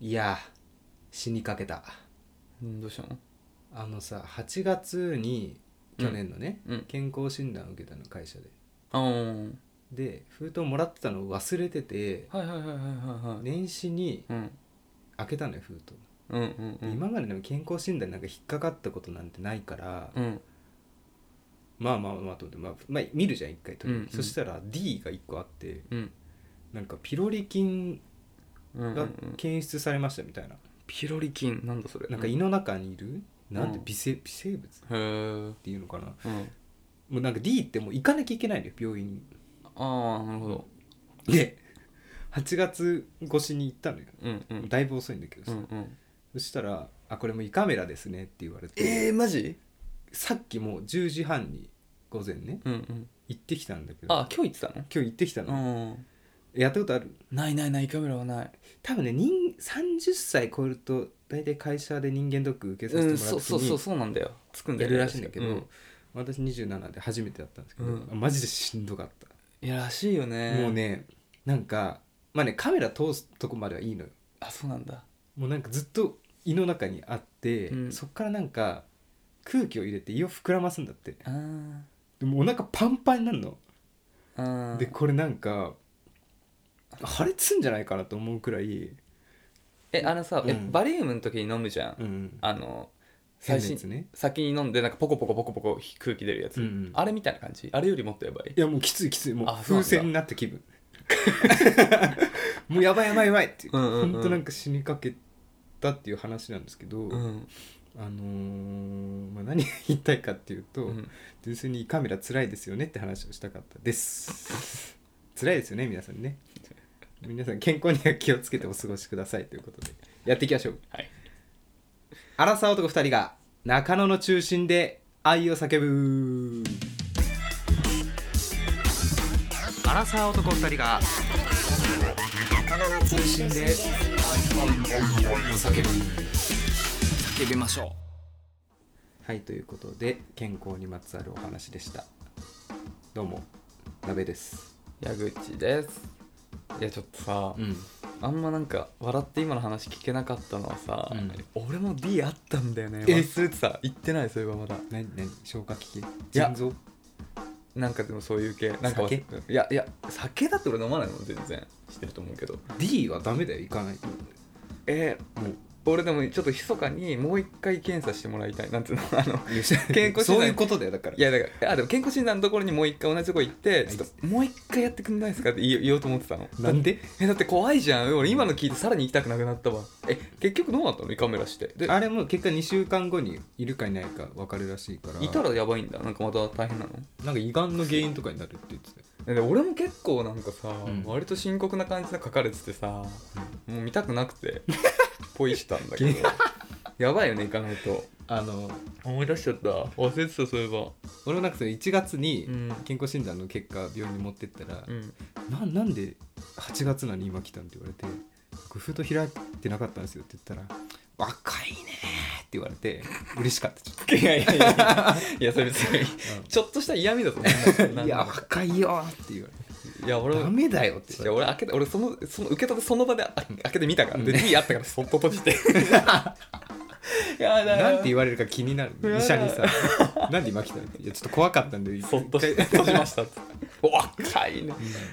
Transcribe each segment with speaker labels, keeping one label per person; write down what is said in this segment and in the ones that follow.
Speaker 1: いや死にかけた
Speaker 2: うんどうしたの
Speaker 1: あのさ8月に去年のね、
Speaker 2: うんうん
Speaker 1: 健康診断を受けたの会社で
Speaker 2: あー
Speaker 1: で封筒もらってたのを忘れてて
Speaker 2: はいはいはいはいはいはい、
Speaker 1: 年始に
Speaker 2: うん、
Speaker 1: 開けたのよ封筒、
Speaker 2: うんうんうん
Speaker 1: 今まででも健康診断なんか引っかかったことなんてないから、
Speaker 2: うん
Speaker 1: まあまあまあと思って、まあまあ、見るじゃん一回とりあえず、
Speaker 2: うんうん
Speaker 1: そしたら D が1個あって
Speaker 2: うん
Speaker 1: なんかピロリ菌
Speaker 2: うんうんう
Speaker 1: が
Speaker 2: ん
Speaker 1: 検出されましたみたいな、
Speaker 2: ピロリ菌なんだそれ
Speaker 1: なんか胃
Speaker 2: へ
Speaker 1: の中にいる、なんて
Speaker 2: うん
Speaker 1: 微生微生物っ
Speaker 2: えうん
Speaker 1: ていうのかなもうなんか D ってもう行かなきゃいけないのよ病院に
Speaker 2: ああなるほど
Speaker 1: で8月越しに行ったのよ、
Speaker 2: うんうん
Speaker 1: だいぶ遅いんだけど
Speaker 2: う
Speaker 1: さ、
Speaker 2: んうん
Speaker 1: そしたら「あこれも胃カメラですね」って言われて、
Speaker 2: えー、マジ
Speaker 1: さっきもう10時半に午前ね
Speaker 2: うんうん
Speaker 1: 行ってきたんだけど
Speaker 2: あ今日行って
Speaker 1: 今日行ってきた
Speaker 2: た
Speaker 1: の、
Speaker 2: のうん
Speaker 1: やったことある
Speaker 2: ないないない胃カメラはない
Speaker 1: 多分ね人30歳超えると大体会社で人間ドック受けさせ
Speaker 2: う
Speaker 1: ても
Speaker 2: ん
Speaker 1: ら
Speaker 2: そう
Speaker 1: う時
Speaker 2: そうそう
Speaker 1: に
Speaker 2: そうなんだよつくんだ
Speaker 1: や
Speaker 2: よ
Speaker 1: るらしいんだけど、
Speaker 2: う
Speaker 1: 私27で初めてやったんですけど、
Speaker 2: うん
Speaker 1: あマジでしんどかった、
Speaker 2: いやらしいよね
Speaker 1: もうねなんかまあねカメラ通すとこまではいいのよ
Speaker 2: あそうなんだ
Speaker 1: もうなんかずっと胃の中にあって、
Speaker 2: うん
Speaker 1: そっからなんか空気を入れて胃を膨らますんだって
Speaker 2: あー
Speaker 1: でもお腹パンパンになるの、
Speaker 2: あー
Speaker 1: でこれなんか破裂すんじゃないかなと思うくらい、
Speaker 2: えあのさ、え
Speaker 1: うん
Speaker 2: バリウムの時に飲むじゃん、
Speaker 1: うん、
Speaker 2: あの
Speaker 1: 変
Speaker 2: 最
Speaker 1: なや
Speaker 2: 新
Speaker 1: つね
Speaker 2: 先に飲んでなんかポコポコポコポコ空気出るや
Speaker 1: う
Speaker 2: つ、
Speaker 1: んうん
Speaker 2: あれみたいな感じあれよりもっとやばい
Speaker 1: いやもうきついきついもう
Speaker 2: あそうなん
Speaker 1: 風
Speaker 2: だ
Speaker 1: 船になった気分 もうやばいやばいやばいって、
Speaker 2: うんうんうん
Speaker 1: ほんとなんか死にかけたっていう話なんですけど、
Speaker 2: うん
Speaker 1: あのーまあ、何が言いたいかっていうと、
Speaker 2: うん
Speaker 1: 純粋にカメラ辛いですよねって話をしたかったです辛いですよね皆さんね皆さん健康には気をつけてお過ごしくださいということでやっていきましょう
Speaker 2: はい
Speaker 1: 荒沢男2人が中野の中心で愛を叫ぶ荒沢男2人が中野の中心で愛を叫ぶ
Speaker 2: 叫びましょ
Speaker 1: はいということで健康にまつわるお話でしたどうも鍋です
Speaker 2: う矢口ですいやちょっとさ、
Speaker 1: ん
Speaker 2: あんまなんか笑って今の話聞けなかったのはさ、
Speaker 1: うん
Speaker 2: 俺も D あったんだよね
Speaker 1: え
Speaker 2: 忘れてた言ってないそういえばまだ
Speaker 1: 何何消化器系
Speaker 2: や
Speaker 1: 腎臓
Speaker 2: なんかでもそういう系なんか忘れいやいや酒だって俺飲まないもん全然してると思うけど
Speaker 1: D はダメだよ行かないと
Speaker 2: え
Speaker 1: もう
Speaker 2: ー、俺でもちょっと密かにもう一回検査してもらいたいなんていうのあの健康診断
Speaker 1: そういうことだよだから
Speaker 2: いやだからあでも健康診断のところにもう一回同じとこ行ってちょっともう一回やってくんないですかって言い言おうと思ってたの
Speaker 1: なんで
Speaker 2: えだって怖いじゃん俺今の聞いてさらに行きたくなくなったわえ結局どうなったの胃カメラしてで
Speaker 1: あれも結果2週間後にいるかいないか分かるらしいから
Speaker 2: いたらやばいんだなんかまた大変なの
Speaker 1: なんか胃がんの原因とかになるって言ってたよ
Speaker 2: えで俺も結構なんかさ、
Speaker 1: ん
Speaker 2: 割と深刻な感じで書かれててさ、もう見たくなく てポイしたんだけどやばいよね行かないと
Speaker 1: あの
Speaker 2: 思い出しちゃった忘れてたそういえば
Speaker 1: 俺もなんかその1月に
Speaker 2: うん
Speaker 1: 健康診断の結果病院に持ってったら
Speaker 2: う、ん
Speaker 1: ななんで8月なのに今来たんって言われて「僕封筒開いてなかったんですよ」って言ったら「若いね」って言われて嬉しかったちょっと。
Speaker 2: いやいやいやいやそれ別にちょっとした嫌味だぞそ んなの
Speaker 1: いや若いよって言われ
Speaker 2: いや俺
Speaker 1: て「ダ
Speaker 2: も
Speaker 1: メだよ」って
Speaker 2: いや
Speaker 1: 言わ
Speaker 2: 俺開けた俺そのその受け取ってその場であ開けてみたからで D あったからそっと閉 じてや
Speaker 1: れて「なんて
Speaker 2: う
Speaker 1: 言われるか気になる
Speaker 2: やだ
Speaker 1: 医者にさ「なんで今来たの?」って「いやちょっと怖かったんで
Speaker 2: そっと
Speaker 1: 一回
Speaker 2: して閉じましたっつってお若いね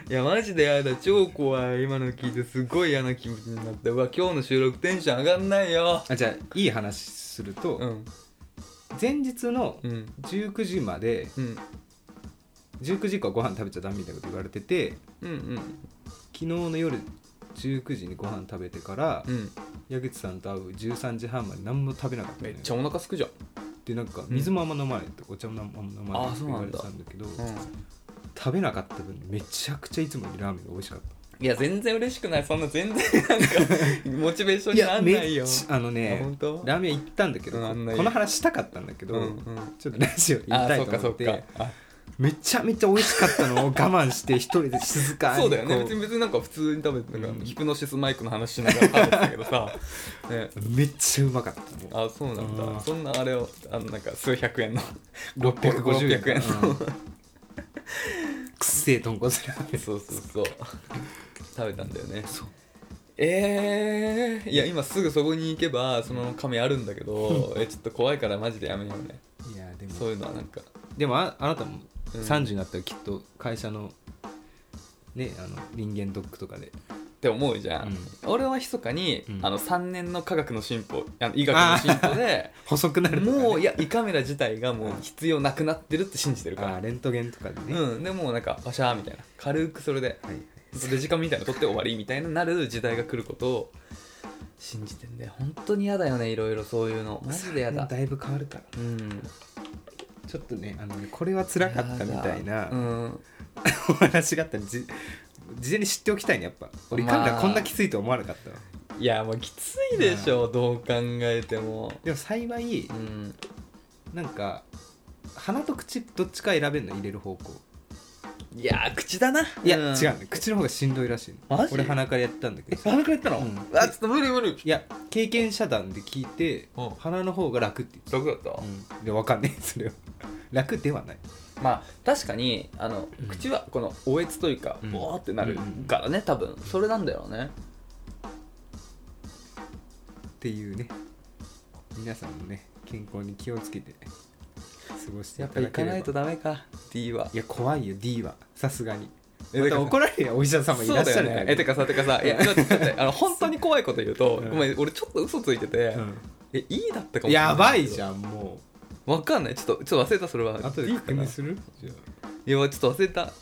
Speaker 2: いやマジでやだ超怖い今の聞いてすごい嫌な気持ちになってうわ今日の収録テンション上がんないよ
Speaker 1: あじゃあいい話すると、
Speaker 2: うん
Speaker 1: 前日の
Speaker 2: うん
Speaker 1: 19時まで
Speaker 2: うん
Speaker 1: 19時以降はご飯食べちゃダメみたいなこと言われてて
Speaker 2: うんうん
Speaker 1: 昨日の夜19時にご飯食べてから、
Speaker 2: うん
Speaker 1: 矢口さんと会う13時半まで何も食べなかったの
Speaker 2: め
Speaker 1: よ
Speaker 2: っちゃお腹すくじゃん
Speaker 1: でなんか水もあんま飲まないと、お茶もあんま飲まないって言われてたんだけど
Speaker 2: うん
Speaker 1: 食べなかった分めちゃくちゃいつもよりラーメンが美味しかっ
Speaker 2: いや全然嬉しくないそんな全然 なんかモチベーショ
Speaker 1: た
Speaker 2: ンになんない
Speaker 1: めっ
Speaker 2: よ
Speaker 1: ちゃあの
Speaker 2: あ
Speaker 1: ね
Speaker 2: 本当
Speaker 1: ラーメン屋行ったんだけど、
Speaker 2: うんあんない
Speaker 1: この話したかったんだけど、
Speaker 2: うんうん
Speaker 1: ちょっとラジオで言い
Speaker 2: あ
Speaker 1: た
Speaker 2: そ
Speaker 1: いうと
Speaker 2: かそ
Speaker 1: 思っ
Speaker 2: う
Speaker 1: て
Speaker 2: かあ
Speaker 1: めちゃめちゃ美味しかったのを我慢して一人で静かに
Speaker 2: そうだよね
Speaker 1: こ
Speaker 2: 別に別になんか普通に食べてなんか、
Speaker 1: うん
Speaker 2: ヒプノシスマイクの話しながら食べてたけ どさ、ね、
Speaker 1: めっちゃうまかったもう
Speaker 2: あそうなんだ、
Speaker 1: うん
Speaker 2: そんなあれをあのなんか数百円の
Speaker 1: 650円
Speaker 2: 600円の、
Speaker 1: うんくっせえ豚骨 ラーメン
Speaker 2: そうそうそう食べたんだよね
Speaker 1: そう
Speaker 2: えいや今すぐそこに行けばその紙あるんだけどえちょっと怖いからマジでやめようね
Speaker 1: いやで
Speaker 2: そう
Speaker 1: も
Speaker 2: いうのはなんか
Speaker 1: でもああなたも
Speaker 2: うん
Speaker 1: 30になったらきっと会社のねあの人間ドックとかで
Speaker 2: って思うじゃん、俺は密かに、
Speaker 1: うん
Speaker 2: あの3年の科学の進歩あの医学の進歩で
Speaker 1: 細くなるとか、ね、
Speaker 2: もういや胃カメラ自体がもう必要なくなってるって信じてるから
Speaker 1: あレントゲンとかでね、はい
Speaker 2: うん、でもうなんかパシャーみたいな軽くそれで
Speaker 1: はい
Speaker 2: デジカメみたいなの撮って終わりみたいななる時代が来ることを信じてんで本当に嫌だよねいろいろそういうのマジで嫌だ
Speaker 1: だいぶ変わるから
Speaker 2: うん
Speaker 1: ちょっとねあのねこれは辛かったみたいな、
Speaker 2: うん、
Speaker 1: お話があったらじ事前に知っておきたいねやっぱ俺
Speaker 2: ま
Speaker 1: カ
Speaker 2: あ
Speaker 1: メラこんなきついとは思わなかったわ
Speaker 2: いやもうきついでしょ、どう考えても
Speaker 1: でも幸い
Speaker 2: うん
Speaker 1: なんか鼻と口どっちか選べるの入れる方向
Speaker 2: いやー口だない
Speaker 1: いや、違うの口の方がしんどいらしいの
Speaker 2: マジ
Speaker 1: 俺鼻からやったんだけど
Speaker 2: 鼻からやったの、
Speaker 1: うん
Speaker 2: あちょっと無理無理
Speaker 1: いや経験者団で聞いて
Speaker 2: うん
Speaker 1: 鼻の方が楽って言って
Speaker 2: 楽だった、
Speaker 1: た、うん、で分かんない それは楽ではない
Speaker 2: まあ確かにあの、
Speaker 1: うん
Speaker 2: 口はこのおえつというか
Speaker 1: うん
Speaker 2: ボ、ーってなる
Speaker 1: うん
Speaker 2: からね多分それなんだよね
Speaker 1: っていうね皆さんもね健康に気をつけて過ごしてい
Speaker 2: やったぱ
Speaker 1: だけ
Speaker 2: 行か
Speaker 1: れば
Speaker 2: ないとダメか D はい
Speaker 1: や怖いよ D はさすがに
Speaker 2: え
Speaker 1: ま
Speaker 2: だか
Speaker 1: た
Speaker 2: ら
Speaker 1: 怒られるよお医者様い
Speaker 2: そ
Speaker 1: ら
Speaker 2: う
Speaker 1: っし
Speaker 2: だ
Speaker 1: ゃ
Speaker 2: よ
Speaker 1: る
Speaker 2: ねえてかさてかさいやちょっと待 ってあの本当に怖いこと言うと、
Speaker 1: うん
Speaker 2: ごめん俺ちょっと嘘ついてて、
Speaker 1: うん
Speaker 2: え E だったかもしれな
Speaker 1: やばい
Speaker 2: けど
Speaker 1: じゃんも
Speaker 2: わかんないちょっとちょっと忘れたそれは
Speaker 1: う後で
Speaker 2: D
Speaker 1: 確
Speaker 2: かな
Speaker 1: 認
Speaker 2: い
Speaker 1: するじゃ
Speaker 2: やちょっと忘れた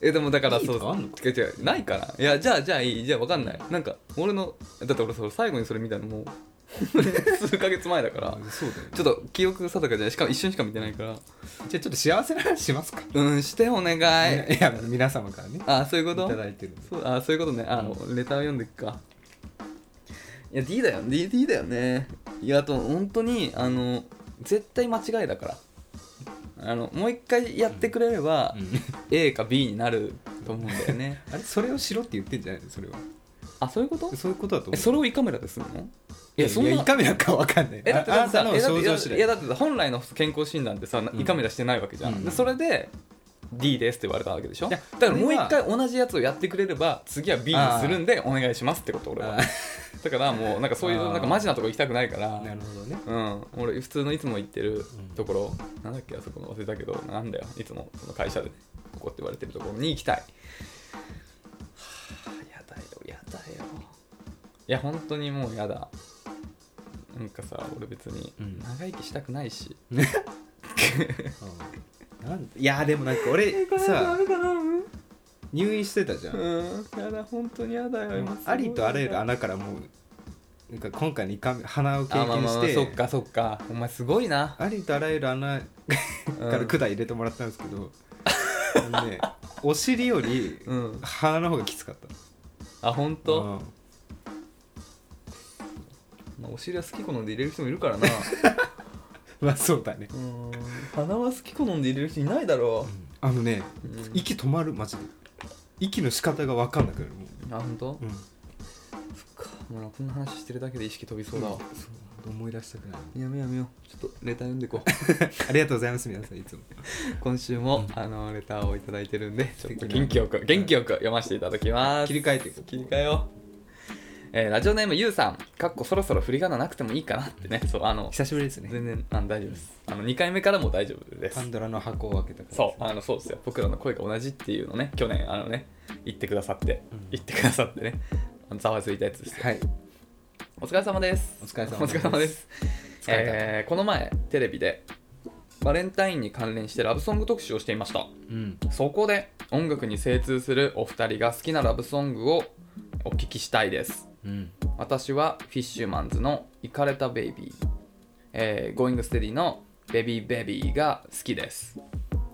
Speaker 2: えでもだから
Speaker 1: いい
Speaker 2: そ
Speaker 1: と
Speaker 2: う
Speaker 1: かあんの
Speaker 2: 違う違うないからいやじゃあじゃあいいじゃあわかんないなんか俺のだって俺それ最後にそれ見たのもう 数ヶ月前だから
Speaker 1: あそうだよね
Speaker 2: ちょっと記憶定かじゃないしかも一瞬しか見てないから
Speaker 1: じゃあちょっと幸せな話しますか
Speaker 2: うんしてお願い
Speaker 1: いや皆様からね
Speaker 2: あそういうこ
Speaker 1: い
Speaker 2: と
Speaker 1: ただいてるんで
Speaker 2: そうあそういうことねあの、レター読んでいくかいや D だよ D, D だよねいやあと本当にあの絶対間違いだからあのもう一回やってくれれば、A か B になると思うんだよね
Speaker 1: あれそれをしろって言ってんじゃないのそれは
Speaker 2: あそういうこと
Speaker 1: そういうことだと
Speaker 2: え
Speaker 1: 思う
Speaker 2: それを胃カメラでするのい
Speaker 1: いや
Speaker 2: やそんな
Speaker 1: 胃カメラかわかんない
Speaker 2: えだって
Speaker 1: ああ
Speaker 2: だっ
Speaker 1: な
Speaker 2: てさ
Speaker 1: たの
Speaker 2: えだ
Speaker 1: 症状
Speaker 2: ってだっ
Speaker 1: 次
Speaker 2: ていや
Speaker 1: 第
Speaker 2: だってさ本来の健康診断ってさ、
Speaker 1: ん
Speaker 2: 胃カメラしてないわけじゃん、
Speaker 1: うん
Speaker 2: でそれで D ですって言われたわけでしょ
Speaker 1: い
Speaker 2: だ
Speaker 1: や
Speaker 2: からもう一
Speaker 1: それ
Speaker 2: 回同じやつをやってくれれば次は B にするんでお願いしますってこと俺は
Speaker 1: あ
Speaker 2: だからもうなんかそういう
Speaker 1: あー
Speaker 2: なんかマジなとこ行きたくないか
Speaker 1: ーな
Speaker 2: ら
Speaker 1: るほどね
Speaker 2: うん俺普通のいつも行ってるところ、なんだっけあそこの忘れたけどなんだよいつもその会社でここって言われてるところに行きたいはあやだよやだよいや本当にもうやだなんかさ俺別に
Speaker 1: うん
Speaker 2: 長生きしたくないし、
Speaker 1: うんなんいやでもなんか俺さ
Speaker 2: だなうん
Speaker 1: 入院してたじゃん
Speaker 2: やだ本当にやだよ今すごい
Speaker 1: ありとあらゆる穴からもうなんか今回に鼻を経
Speaker 2: あまあ
Speaker 1: 験
Speaker 2: まあま
Speaker 1: し
Speaker 2: あそってかそっかお前すごいな
Speaker 1: ありとあらゆる穴から管入れてもらったんですけど、あのね、お尻より
Speaker 2: うん、うん、
Speaker 1: 鼻の方がきつかった
Speaker 2: あ本当、
Speaker 1: うん
Speaker 2: まあ、お尻は好き好んで入れる人もいるからな
Speaker 1: まあそうだね、
Speaker 2: うん鼻は好き好んで入れる人いないだろ
Speaker 1: あのね
Speaker 2: う、うん
Speaker 1: 息止まるマジで息の仕方が分かんなくなるも
Speaker 2: あ本
Speaker 1: う、
Speaker 2: 当
Speaker 1: うん、
Speaker 2: かもうなこんな話してるだけで意識飛びそうだわ、
Speaker 1: そう思い出したくない
Speaker 2: やめようやめようちょっとレター読んでこう
Speaker 1: ありがとうございます皆さんいつも
Speaker 2: 今週もあのレターをいただいてるんでちょっと
Speaker 1: 素敵な
Speaker 2: 元気よく元気よく読ませていただきます
Speaker 1: 切り替えていこう
Speaker 2: 切り替えよう、えーラジオネームゆうさんかっこそろそろ振り仮名なくてもいいかなってねそうあの
Speaker 1: 久しぶりですね
Speaker 2: 全然あの大丈夫ですあの2回目からも大丈夫です
Speaker 1: パンドラの箱を開けたから
Speaker 2: そうあのそうですよ僕らの声が同じっていうのね去年あのね言ってくださって、
Speaker 1: うん
Speaker 2: 言ってくださってねあのざわついたやつですよ
Speaker 1: はい
Speaker 2: お疲れ様です
Speaker 1: お疲れ様です
Speaker 2: お疲れ様です
Speaker 1: 疲れた
Speaker 2: えーこの前テレビでバレンタインに関連してラブソング特集をしていました
Speaker 1: うん
Speaker 2: そこで音楽に精通するお二人が好きなラブソングをお聞きしたいです
Speaker 1: うん
Speaker 2: 私はフィッシュマンズの「イカれたベイビー」えー「Going Steady」の「ベビーベビー」が好きです、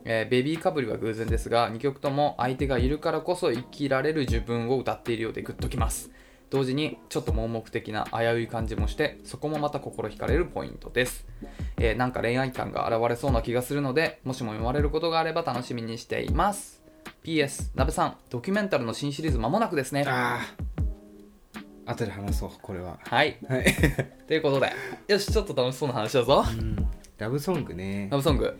Speaker 2: えーベビーかぶりは偶然ですが2曲とも相手がいるからこそ生きられる自分を歌っているようでグッときます同時にちょっと盲目的な危うい感じもしてそこもまた心惹かれるポイントです、えーなんか恋愛感が現れそうな気がするのでもしも読まれることがあれば楽しみにしています PS なべさんドキュメンタルの新シリーズ間もなくですね
Speaker 1: ああ後で話そうこれは
Speaker 2: はい
Speaker 1: はい、
Speaker 2: ということでよしちょっと楽しそうな話だぞ
Speaker 1: ラブソングね
Speaker 2: ラブソング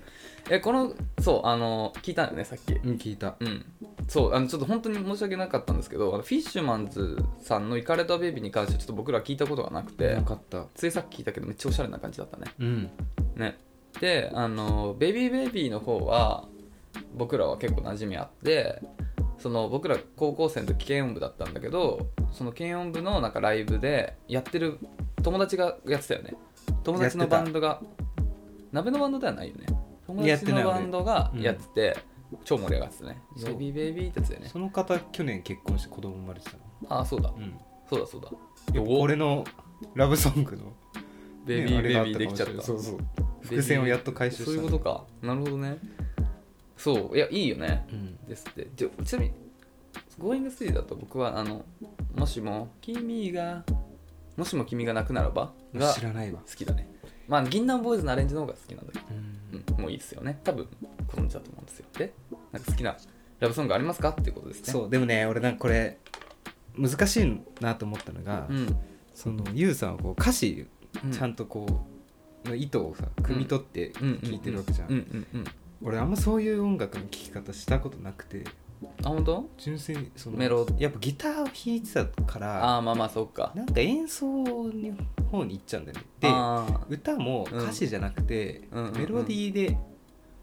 Speaker 2: えこのそうあの聞いたんだよねさっき
Speaker 1: うん聞いた
Speaker 2: うんそうあのちょっと本当に申し訳なかったんですけどあのフィッシュマンズさんの「イカれたベイビー」に関してはちょっと僕ら聞いたことがなくて
Speaker 1: なかった
Speaker 2: ついさっき聞いたけどめっちゃおしゃれな感じだったね
Speaker 1: うん
Speaker 2: ねであの「ベイビーベイビー」の方は僕らは結構馴染みあってその僕ら高校生の時軽音部だったんだけどその軽音部のなんかライブでやってる友達がやってたよね友達の
Speaker 1: やって
Speaker 2: バ
Speaker 1: た
Speaker 2: ンドが鍋のバンドではないよね友
Speaker 1: やって
Speaker 2: 達
Speaker 1: ない
Speaker 2: の
Speaker 1: よね
Speaker 2: バンドがやってて、超盛り上がってたね「
Speaker 1: そう
Speaker 2: ベイビーベイビー」ってやつだよね
Speaker 1: その方去年結婚して子供生まれてたの
Speaker 2: ああそうだ
Speaker 1: うん
Speaker 2: そうだそうだ
Speaker 1: やっぱ俺のラブソングの
Speaker 2: ベイビーベイビーできちゃっ
Speaker 1: ねあれがあかもし
Speaker 2: た
Speaker 1: れないそうそう伏線をやっと回収した
Speaker 2: そういうことかなるほどねそういやいいよね
Speaker 1: うん
Speaker 2: ですってちょちなみに「Going s だと僕はあの「もしも君がもしも君がなくならば」が
Speaker 1: 知
Speaker 2: 好
Speaker 1: らないわ
Speaker 2: きだねまあ銀杏ボーイズのアレンジの方が好きなんだけど、
Speaker 1: うん
Speaker 2: うん、もういいですよね多分ご存知だと思うんですよでなんか好きなラブソングありますかっていうことですね
Speaker 1: そうでもね俺なんかこれ難しいなと思ったのが、
Speaker 2: うん、
Speaker 1: そのゆうさんはこう歌詞
Speaker 2: うん、
Speaker 1: ちゃんとこう、の意図をさ汲み取って聴いてるわけじゃん,、
Speaker 2: うんうんうん、うん
Speaker 1: 俺あんまそういう音楽の聴き方したことなくて
Speaker 2: あ本当
Speaker 1: 純粋にその
Speaker 2: メロ
Speaker 1: やっぱギターを弾いてたから
Speaker 2: ああまあまあそっか
Speaker 1: なんか演奏の方に行っちゃうんだよねで
Speaker 2: あー
Speaker 1: 歌も歌詞じゃなくて、
Speaker 2: うん
Speaker 1: メロディーで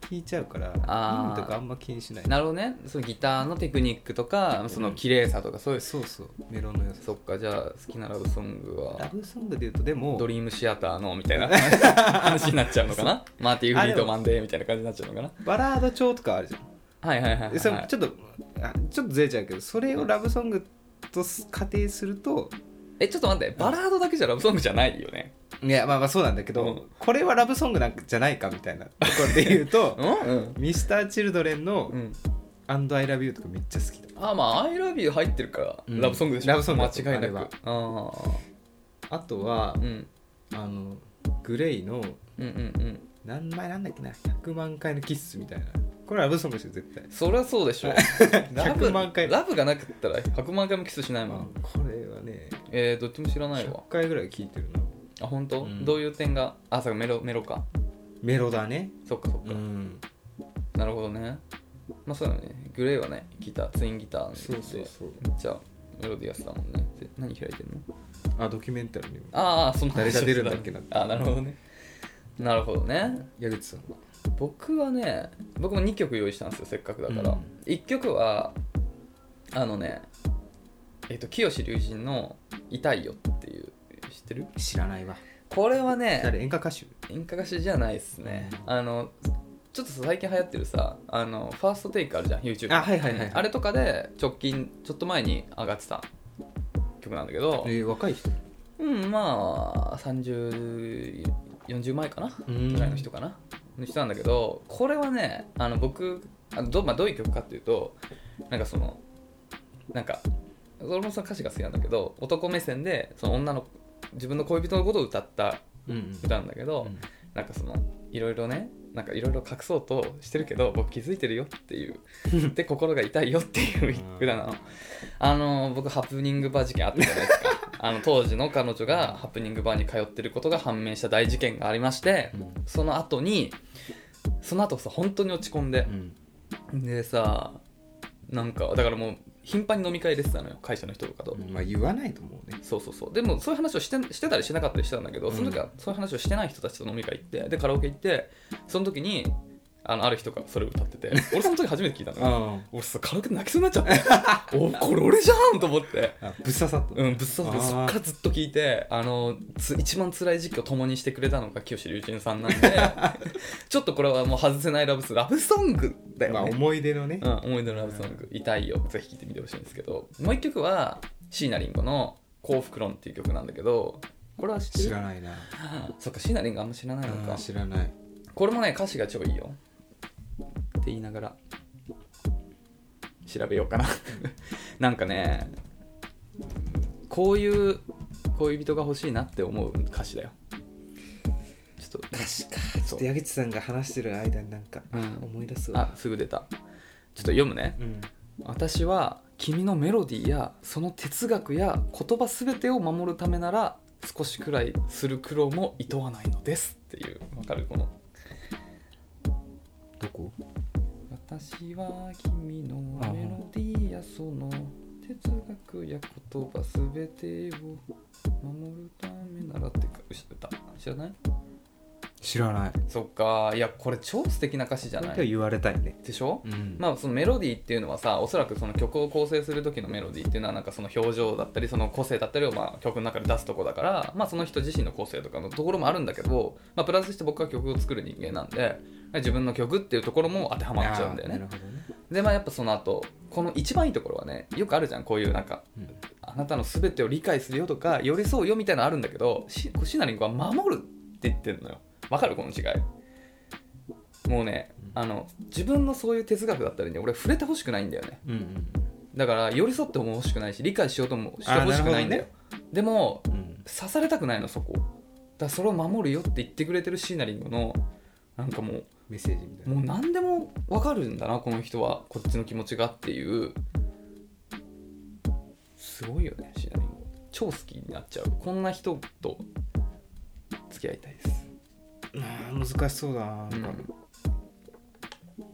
Speaker 1: 聴いちゃうから、
Speaker 2: あー
Speaker 1: 意味とかあんま気にしない
Speaker 2: なるほどねそのギターのテクニックとかその綺麗さとかそういう
Speaker 1: そうそうメロの良さ
Speaker 2: そっかじゃあ好きなラブソングは
Speaker 1: ラブソングで言うとでも
Speaker 2: ドリームシアターの みたいな話になっちゃうのかなマーティー・フリートマンデーみたいな感じになっちゃうのかな
Speaker 1: バラード調とかあるじゃん
Speaker 2: はいはいはい、はい、
Speaker 1: でそれちょっとあちょっとずれちゃうけどそれをラブソングと仮定すると
Speaker 2: えちょっと待ってバラードだけじゃラブソングじゃないよね
Speaker 1: いやまあまあそうなんだけど、
Speaker 2: うん
Speaker 1: これはラブソングなんかじゃないかみたいなところで言うと
Speaker 2: うん うん、
Speaker 1: ミスターチルドレンの
Speaker 2: うん、
Speaker 1: 「AndILOVEYOU」とかめっちゃ好きだ
Speaker 2: あまあ「ILOVEYOU」入ってるから、
Speaker 1: うん
Speaker 2: ラブソングでしょ
Speaker 1: ラブソングだと
Speaker 2: 間違いな
Speaker 1: あれ
Speaker 2: く
Speaker 1: は
Speaker 2: あ
Speaker 1: あとは
Speaker 2: あ、うん、
Speaker 1: あのグレイの
Speaker 2: うんうんうん
Speaker 1: 何枚なんだっけな100万回のキッスみたいなこれラブソングでしょ絶対
Speaker 2: そりゃそう でしょラブ
Speaker 1: 100万回
Speaker 2: ラブがなかったら100万回もキスしないもん、
Speaker 1: まあこれはね
Speaker 2: えー、どっちも知らないわ
Speaker 1: 100回ぐらい聴いてるな
Speaker 2: あ本当、
Speaker 1: うん
Speaker 2: どういう点があそうかメロメロか
Speaker 1: メロだね
Speaker 2: そっかそっか、
Speaker 1: うん
Speaker 2: なるほどね。まあそうだよね。グレーはね、ギター、ツインギターで
Speaker 1: そうそうそう
Speaker 2: めっちゃメロディアスだもんね。で何開いてんの
Speaker 1: あドキュメンタリーにも
Speaker 2: ああ、その
Speaker 1: 誰が出るんだっけな
Speaker 2: ああ、なるほどね。なるほどね。
Speaker 1: 矢口さんは
Speaker 2: 僕はね、僕も2曲用意したんですよ、せっかくだから。
Speaker 1: うん
Speaker 2: 1曲は、あのね、えっ、と、清志隆人の痛いよっていう、知ってる
Speaker 1: 知らないわ
Speaker 2: これはね、
Speaker 1: 誰演歌歌手
Speaker 2: 演歌歌手じゃないですねあのちょっとさ最近流行ってるさあのファーストテイクあるじゃん YouTube
Speaker 1: あはいはいはいはい
Speaker 2: あれとかで直近ちょっと前に上がってた曲なんだけど、
Speaker 1: えー若い人
Speaker 2: うんまあ3040前かな
Speaker 1: うん
Speaker 2: ぐらいの人かなの人なんだけどこれはねあの僕あのど,、まあ、どういう曲かっていうとなんかそのなんか俺もその歌詞が好きなんだけど男目線でその女の自分の恋人のことを歌った
Speaker 1: うんうん
Speaker 2: 歌なんだけど、
Speaker 1: うん
Speaker 2: なんかそのいろいろねなんかいろいろ隠そうとしてるけど僕気づいてるよっていうで心が痛いよっていう
Speaker 1: うん
Speaker 2: 歌なのあの僕ハプニングバー事件あったじゃないですかあの当時の彼女がハプニングバーに通ってることが判明した大事件がありまして、
Speaker 1: うん
Speaker 2: その後にその後さ本当に落ち込んで、でさなんかだからもう頻繁に飲み会出てたのよ会社の人とかと、
Speaker 1: うんまあ言わないと思うね
Speaker 2: そうそうそうでもそういう話をしてしてたりしなかったりしてたんだけどその時はそういう話をしてない人たちと飲み会行ってでカラオケ行ってその時にあのある人がそれを歌って て俺その時初めて聞いたのよ
Speaker 1: あ
Speaker 2: 俺さカラオケで泣きそうになっちゃって おこれ俺じゃんと思って。
Speaker 1: あぶっ刺さった
Speaker 2: うん、ぶっ刺さって
Speaker 1: あー
Speaker 2: そっからずっと聞いてあのつ一番辛い時期を共にしてくれたのが清志隆人さんなん でちょっとこれはもう外せないラブスラブソングだよ
Speaker 1: ま
Speaker 2: ね、
Speaker 1: あ思い出のね
Speaker 2: うん、思い出のラブソング「痛いよ」ぜひ聴いてみてほしいんですけどもう一曲は椎名林檎の「幸福論」っていう曲なんだけどこれは知ってる
Speaker 1: 知らないな
Speaker 2: そっか椎名林檎あんま知らないの
Speaker 1: あ
Speaker 2: か
Speaker 1: ー知らない
Speaker 2: これもね歌詞が超いいよって言いながら調べようかな なんかねこういう恋人が欲しいなって思う歌詞だよちょっと
Speaker 1: 確かちょっと矢口さんが話してる間になんか
Speaker 2: うん
Speaker 1: 思い出すわ
Speaker 2: あすぐ出たちょっと読むね、
Speaker 1: うん
Speaker 2: 私は君のメロディーやその哲学や言葉全てを守るためなら少しくらいする苦労も厭わないのですっていうわかるこの
Speaker 1: どこ
Speaker 2: 私は君のメロディーやその哲学や言葉すべてを守るためならってか歌知らない
Speaker 1: 知らない
Speaker 2: そっかいやこれ超素敵な歌詞じゃな
Speaker 1: 今日
Speaker 2: い
Speaker 1: 言われたいね
Speaker 2: でしょ、
Speaker 1: うん
Speaker 2: まあ、そのメロディーっていうのはさおそらくその曲を構成する時のメロディーっていうのはなんかその表情だったりその個性だったりをまあ曲の中で出すとこだから、まあ、その人自身の個性とかのところもあるんだけど、まあ、プラスして僕は曲を作る人間なんで自分の曲っていうところも当てはまっちゃうんだ
Speaker 1: あ
Speaker 2: よ
Speaker 1: ー
Speaker 2: ね
Speaker 1: なるほどね
Speaker 2: でまあやっぱその後この一番いいところはねよくあるじゃんこういうなんか
Speaker 1: うん
Speaker 2: あなたの全てを理解するよとか寄り添うよみたいなのあるんだけどしシナリングは守るって言ってるのよわかるこの違いもうねあの自分のそういう哲学だったりね俺触れてほしくないんだよね
Speaker 1: うん
Speaker 2: だから寄り添っても欲しくないし理解しようともしてほしくないんだよ、でも
Speaker 1: うんうん
Speaker 2: 刺されたくないのそこだからそれを守るよって言ってくれてるシーナリングのなんかもう
Speaker 1: メッセージみたいな
Speaker 2: もう何でも分かるんだなこの人はこっちの気持ちがっていうすごいよねシナリンゴ超好きになっちゃうこんな人と付き合いたいです
Speaker 1: あー難しそうだななんか
Speaker 2: うんっ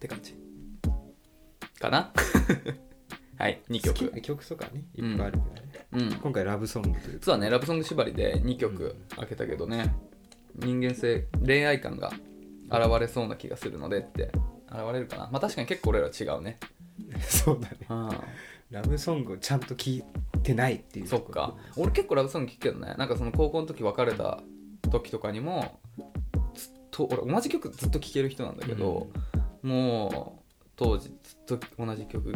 Speaker 2: て感じかな はい2
Speaker 1: 好き
Speaker 2: 曲
Speaker 1: な曲とかねいっぱいあるけどね、
Speaker 2: うん
Speaker 1: 今回ラブソングというか
Speaker 2: 実はねラブソング縛りで2曲開けたけどね、人間性恋愛感が現れそうな気がするのでって現れるかなまあ確かに結構俺ら違うね
Speaker 1: そうだね
Speaker 2: うん
Speaker 1: ラブソングをちゃんと聞いてないっていう
Speaker 2: そ
Speaker 1: と
Speaker 2: っ
Speaker 1: こ
Speaker 2: か俺結構ラブソング聴くけどねなんかその高校の時別れた時とかにもずっと俺同じ曲ずっと聴ける人なんだけど、もう当時ずっと同じ曲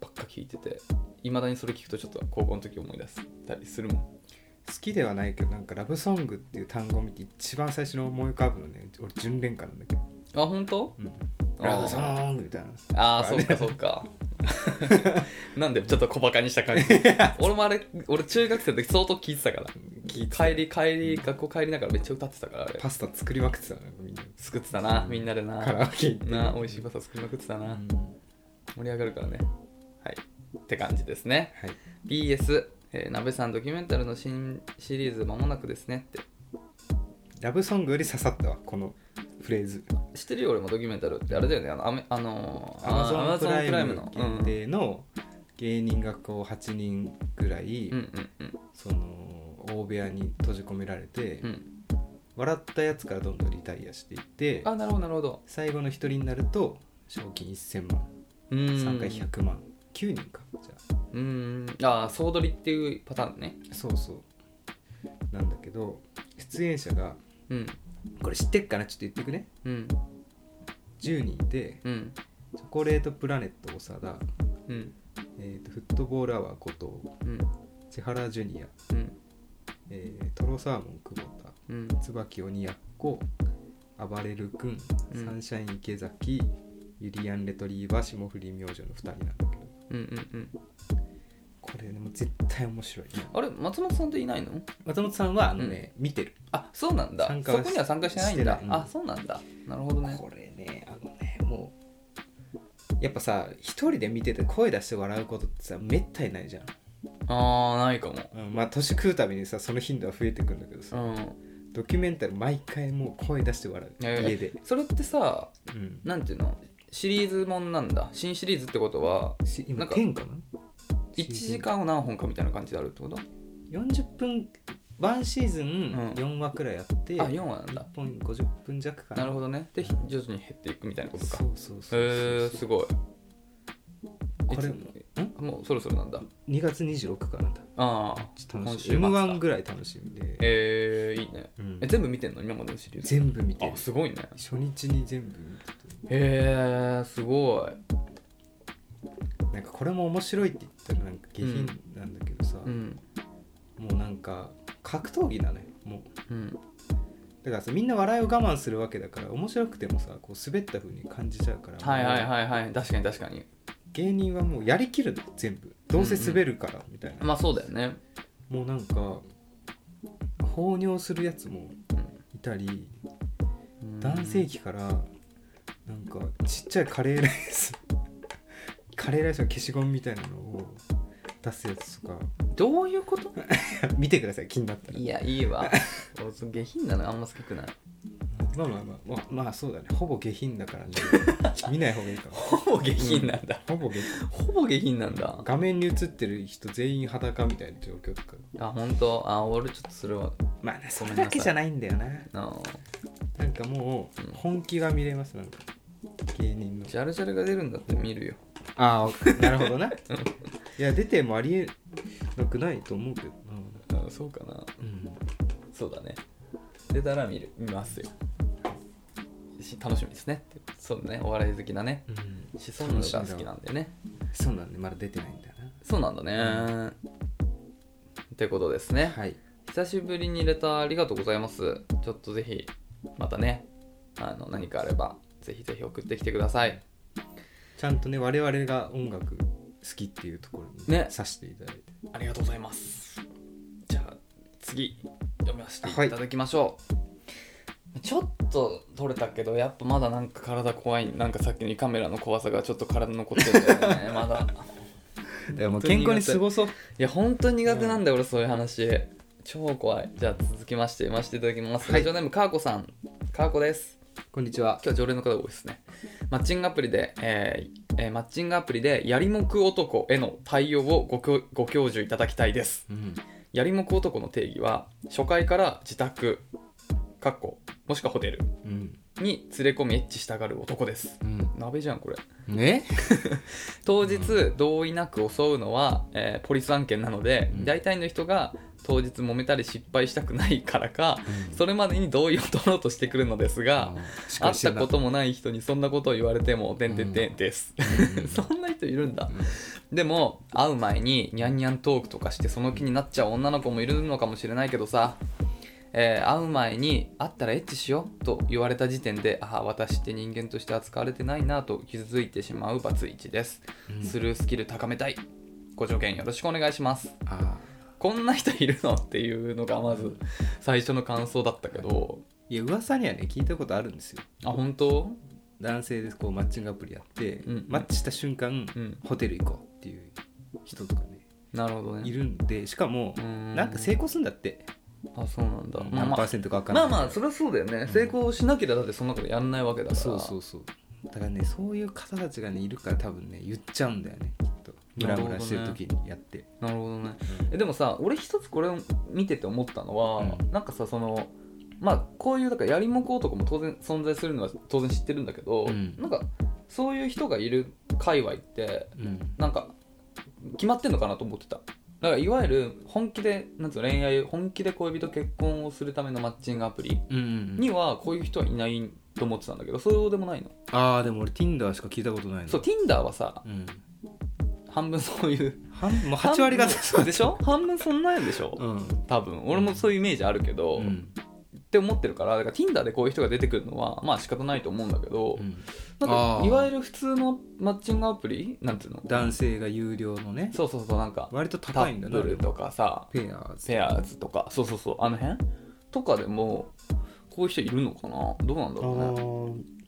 Speaker 2: ばっか聴いてていまだにそれ聴くとちょっと高校の時思い出したりするもん
Speaker 1: 好きではないけどなんかラブソングっていう単語を見て一番最初の思い浮かぶのね俺純恋歌なんだけど、
Speaker 2: あ本当
Speaker 1: うん
Speaker 2: あー
Speaker 1: ラブソングみたいな
Speaker 2: ああ
Speaker 1: あ
Speaker 2: そ
Speaker 1: れ
Speaker 2: っかそっか なんでちょっと小バカにした感じ俺もあれ俺中学生の時相当聴いてたから
Speaker 1: 聞いて
Speaker 2: 帰り帰り学校帰りながらめっちゃ歌ってたからあれ
Speaker 1: パスタ作りまくってたのよみんな
Speaker 2: 作ってたなみんなでな
Speaker 1: カラオケ行って
Speaker 2: な美味しいパスタ作りまくってた
Speaker 1: う
Speaker 2: な、
Speaker 1: ん
Speaker 2: 盛り上がるからねはいって感じですね
Speaker 1: はい
Speaker 2: BS、えー、鍋さんドキュメンタルの新シリーズ間もなくですねって
Speaker 1: ラブソングより刺さったわこのフレーズ
Speaker 2: 知ってるよ俺もドキュメンタルってあれだよねあのアメあのー
Speaker 1: アマ
Speaker 2: あ
Speaker 1: ゾン
Speaker 2: Amazon
Speaker 1: プライム
Speaker 2: の
Speaker 1: 限定の芸人がこう8人ぐらい、
Speaker 2: うんうんうん
Speaker 1: その大部屋に閉じ込められて、
Speaker 2: うんうん
Speaker 1: 笑ったやつからどんどんリタイアしていって
Speaker 2: あなるほどなるほど
Speaker 1: 最後の1人になると賞金1000万
Speaker 2: うーん
Speaker 1: 3回100万9人かじゃあ
Speaker 2: うーんああ総取りっていうパターンね
Speaker 1: そうそうなんだけど出演者が
Speaker 2: うん
Speaker 1: これ知ってっかなちょっと言ってくね
Speaker 2: うん
Speaker 1: 10人いて
Speaker 2: うん
Speaker 1: チョコレートプラネット長田、
Speaker 2: うん
Speaker 1: えー、とフットボールアワーこと
Speaker 2: うん
Speaker 1: 千原ジュニア、
Speaker 2: うん
Speaker 1: えートロサーモン久保田
Speaker 2: うん
Speaker 1: 椿鬼奴暴れる君、
Speaker 2: うん
Speaker 1: サンシャイン池崎ユリアンレトリーバー霜降り明星の2人なんだけど
Speaker 2: うんうんうん
Speaker 1: これねもう絶対面白い
Speaker 2: あれ松本さんっていないの
Speaker 1: 松本さんはあのね、見てる
Speaker 2: あそうなんだ
Speaker 1: 参
Speaker 2: そ
Speaker 1: 加は
Speaker 2: こには参加してないんだ、
Speaker 1: してないうん
Speaker 2: あそうなんだなるほどね
Speaker 1: これねあのねもうやっぱさ一人で見てて声出して笑うことってさめったにないじゃん、
Speaker 2: ああないかも
Speaker 1: うんまあ年食うたびにさその頻度は増えてくんだけど
Speaker 2: う
Speaker 1: さ、
Speaker 2: ん
Speaker 1: ドキュメンタル毎回もう声出して笑う、
Speaker 2: えー
Speaker 1: 家で、
Speaker 2: それってさ
Speaker 1: うん、
Speaker 2: なんていうのシリーズもんなんだ新シリーズってことは
Speaker 1: し今
Speaker 2: なんか
Speaker 1: 10かな
Speaker 2: 1時間を何本かみたいな感じであるってこと
Speaker 1: 40分1シーズン
Speaker 2: うん
Speaker 1: 4話くらいやって、
Speaker 2: あ4話なん
Speaker 1: 1
Speaker 2: だ
Speaker 1: 本50分弱かな
Speaker 2: なるほどねでひ徐々に減っていくみたいなことか
Speaker 1: そうそうそうそう、
Speaker 2: へえすごい
Speaker 1: これ
Speaker 2: いつ
Speaker 1: ん
Speaker 2: もうそろそろなんだ
Speaker 1: 2月26日からだ
Speaker 2: ああ
Speaker 1: ちょっと楽しみ
Speaker 2: 今週末だ
Speaker 1: M1 ぐらい楽しみで、
Speaker 2: えー、いいね
Speaker 1: うん
Speaker 2: え全部見てんの今までのシリーズ
Speaker 1: 全部見てる
Speaker 2: あすごいね
Speaker 1: 初日に全部見て
Speaker 2: へえすごい
Speaker 1: てなんかこれも面白いって言ったらなんか下品なんだけどさ、
Speaker 2: うん
Speaker 1: もうなんか格闘技だねもう
Speaker 2: うん
Speaker 1: だからさみんな笑いを我慢するわけだから面白くてもさこう滑った風に感じちゃうから
Speaker 2: はいはい
Speaker 1: もう
Speaker 2: はいはい確かに確かに
Speaker 1: 芸人はもうやりきるの全部どうせ滑るからみたいな、
Speaker 2: まあそうだよね
Speaker 1: もうなんか放尿するやつもいたり
Speaker 2: うん
Speaker 1: 男性器からなんかちっちゃいカレーライス カレーライスの消しゴムみたいなのを出すやつとか
Speaker 2: どういう こと
Speaker 1: 見てください気になったら
Speaker 2: いやいいわ俺下品なのあんま好きくない
Speaker 1: まあまあまあまあ、まあ、そうだねほぼ下品だ からね見ない方がいいかも
Speaker 2: ほぼ下品なんだ、
Speaker 1: ほぼ下品
Speaker 2: ほぼ下品なんだ
Speaker 1: 画面に映ってる人全員裸みたいな状況とか
Speaker 2: あ本当あ俺ちょっとそれは
Speaker 1: まあね
Speaker 2: そ
Speaker 1: そ
Speaker 2: れ
Speaker 1: れ
Speaker 2: だ
Speaker 1: だ
Speaker 2: け
Speaker 1: け
Speaker 2: じ
Speaker 1: じ
Speaker 2: ゃ
Speaker 1: ゃないんだよな
Speaker 2: あ
Speaker 1: なんかも
Speaker 2: うん
Speaker 1: う本気が見れますなんか芸人の
Speaker 2: ジャルジャルが出るんだって見るよ
Speaker 1: ああなるほどないや出てもありえなくないと思うけどな
Speaker 2: あそうかな
Speaker 1: うん
Speaker 2: そうだね出たら見る見ますよし楽しみですねそうだねお笑い好きなね
Speaker 1: うん
Speaker 2: シソンヌが好きなんでね
Speaker 1: そうなんでまだ出てないんだよ
Speaker 2: そうなんだねってことですね
Speaker 1: なはい
Speaker 2: 久しぶりにレターありがとうございますちょっとぜひまたねあの何かあればぜひぜひ送ってきてください
Speaker 1: ちゃんとね我々が音楽好きっていうところに
Speaker 2: ね
Speaker 1: ねさしていただいて
Speaker 2: ありがとうございますじゃあ次読ませて
Speaker 1: はい
Speaker 2: いただきましょう、ちょっと取れたけどやっぱまだなんか体怖いなんかさっきの胃カメラの怖さがちょっと体残ってるんだよ ねまだ
Speaker 1: だからもう健康に過ごそう
Speaker 2: いや本当に苦手なんだよ、俺そういう話超怖いじゃあ続きまして読ませていただきます、
Speaker 1: はい
Speaker 2: ラジオネームかーこさんかーこです
Speaker 1: こんにちは
Speaker 2: 今日常連の方が多いですねマッチングアプリで、えーえーマッチングアプリでやりもく男への対応をご教ご教授いただきたいです
Speaker 1: うん
Speaker 2: やりもく男の定義は初回から自宅かっこもしくはホテル
Speaker 1: うん
Speaker 2: に連れ込みエッチしたがる男です
Speaker 1: うん
Speaker 2: 鍋じゃんこれ
Speaker 1: ね
Speaker 2: 当日同意なく襲うのは、えーポリス案件なので、
Speaker 1: うん
Speaker 2: 大体の人が当日揉めたり失敗したくないからかそれまでに同意を取ろうとしてくるのですが、会ったこともない人にそんなことを言われても「てんてんてん」です、 そんな人いるんだでも会う前にニャンニャントークとかしてその気になっちゃう女の子もいるのかもしれないけどさ、えー会う前に「会ったらエッチしよう」と言われた時点でああ私って人間として扱われてないなと気づいてしまうバツイチです、スルースキル高めたいご助言よろしくお願いします
Speaker 1: あ
Speaker 2: こんな人いるのっていうのがまず最初の感想だったけど
Speaker 1: いや噂にはね聞いたことあるんですよ
Speaker 2: あ本当
Speaker 1: 男性でこうマッチングアプリやって、
Speaker 2: うん
Speaker 1: マッチした瞬間、
Speaker 2: うん
Speaker 1: ホテル行こうっていう人とかね
Speaker 2: なるほどね
Speaker 1: いるんでしかも
Speaker 2: うん
Speaker 1: なんか成功するんだって
Speaker 2: あそうなんだ、まあ
Speaker 1: 何
Speaker 2: ま
Speaker 1: パ
Speaker 2: あ
Speaker 1: ーセントか分かんな
Speaker 2: ま
Speaker 1: い
Speaker 2: あまあそれはそうだよね、成功しなければだってそんなことやんないわけだから
Speaker 1: そうそうそうだからねそういう方たちがねいるから多分ね言っちゃうんだよねきっとムラムラしてる時にやって、
Speaker 2: なるほどねえでもさ俺一つこれを見てて思ったのは、
Speaker 1: うん
Speaker 2: なんかさそのまあこういうだからやりもく男も当然存在するのは当然知ってるんだけど、
Speaker 1: うん
Speaker 2: なんかそういう人がいる界隈って
Speaker 1: うん
Speaker 2: なんか決まってんのかなと思ってただからいわゆる本気でなんつうの恋愛本気で恋人結婚をするためのマッチングアプリ
Speaker 1: うんうん
Speaker 2: にはこういう人はいないと思ってたんだけどそうでもないの
Speaker 1: ああでも俺 Tinder しか聞いたことないの
Speaker 2: そう Tinder はさ
Speaker 1: うん、
Speaker 2: 半分そ ういう
Speaker 1: 半もう8割が
Speaker 2: 半分そうでしょ半分そんなんでしょ、
Speaker 1: うん、
Speaker 2: 多分俺もそういうイメージあるけ ど、
Speaker 1: う
Speaker 2: っ
Speaker 1: ん
Speaker 2: て思ってるからだから Tinder でこういう人が出てくるのはまあ仕方ないと思うんだけど、
Speaker 1: うん、
Speaker 2: なん
Speaker 1: あ
Speaker 2: か
Speaker 1: ー
Speaker 2: いわゆる普通のマッチングアプリなんていうの
Speaker 1: 男性が有料のね
Speaker 2: そうそうそうなんか
Speaker 1: 割と
Speaker 2: タ
Speaker 1: 高いんだ
Speaker 2: ップ
Speaker 1: な
Speaker 2: ルとかさ
Speaker 1: ペアーズ
Speaker 2: ペアーズとかそうそうそうあの辺とかでもこういう人いるのかなどうなんだろうね
Speaker 3: あ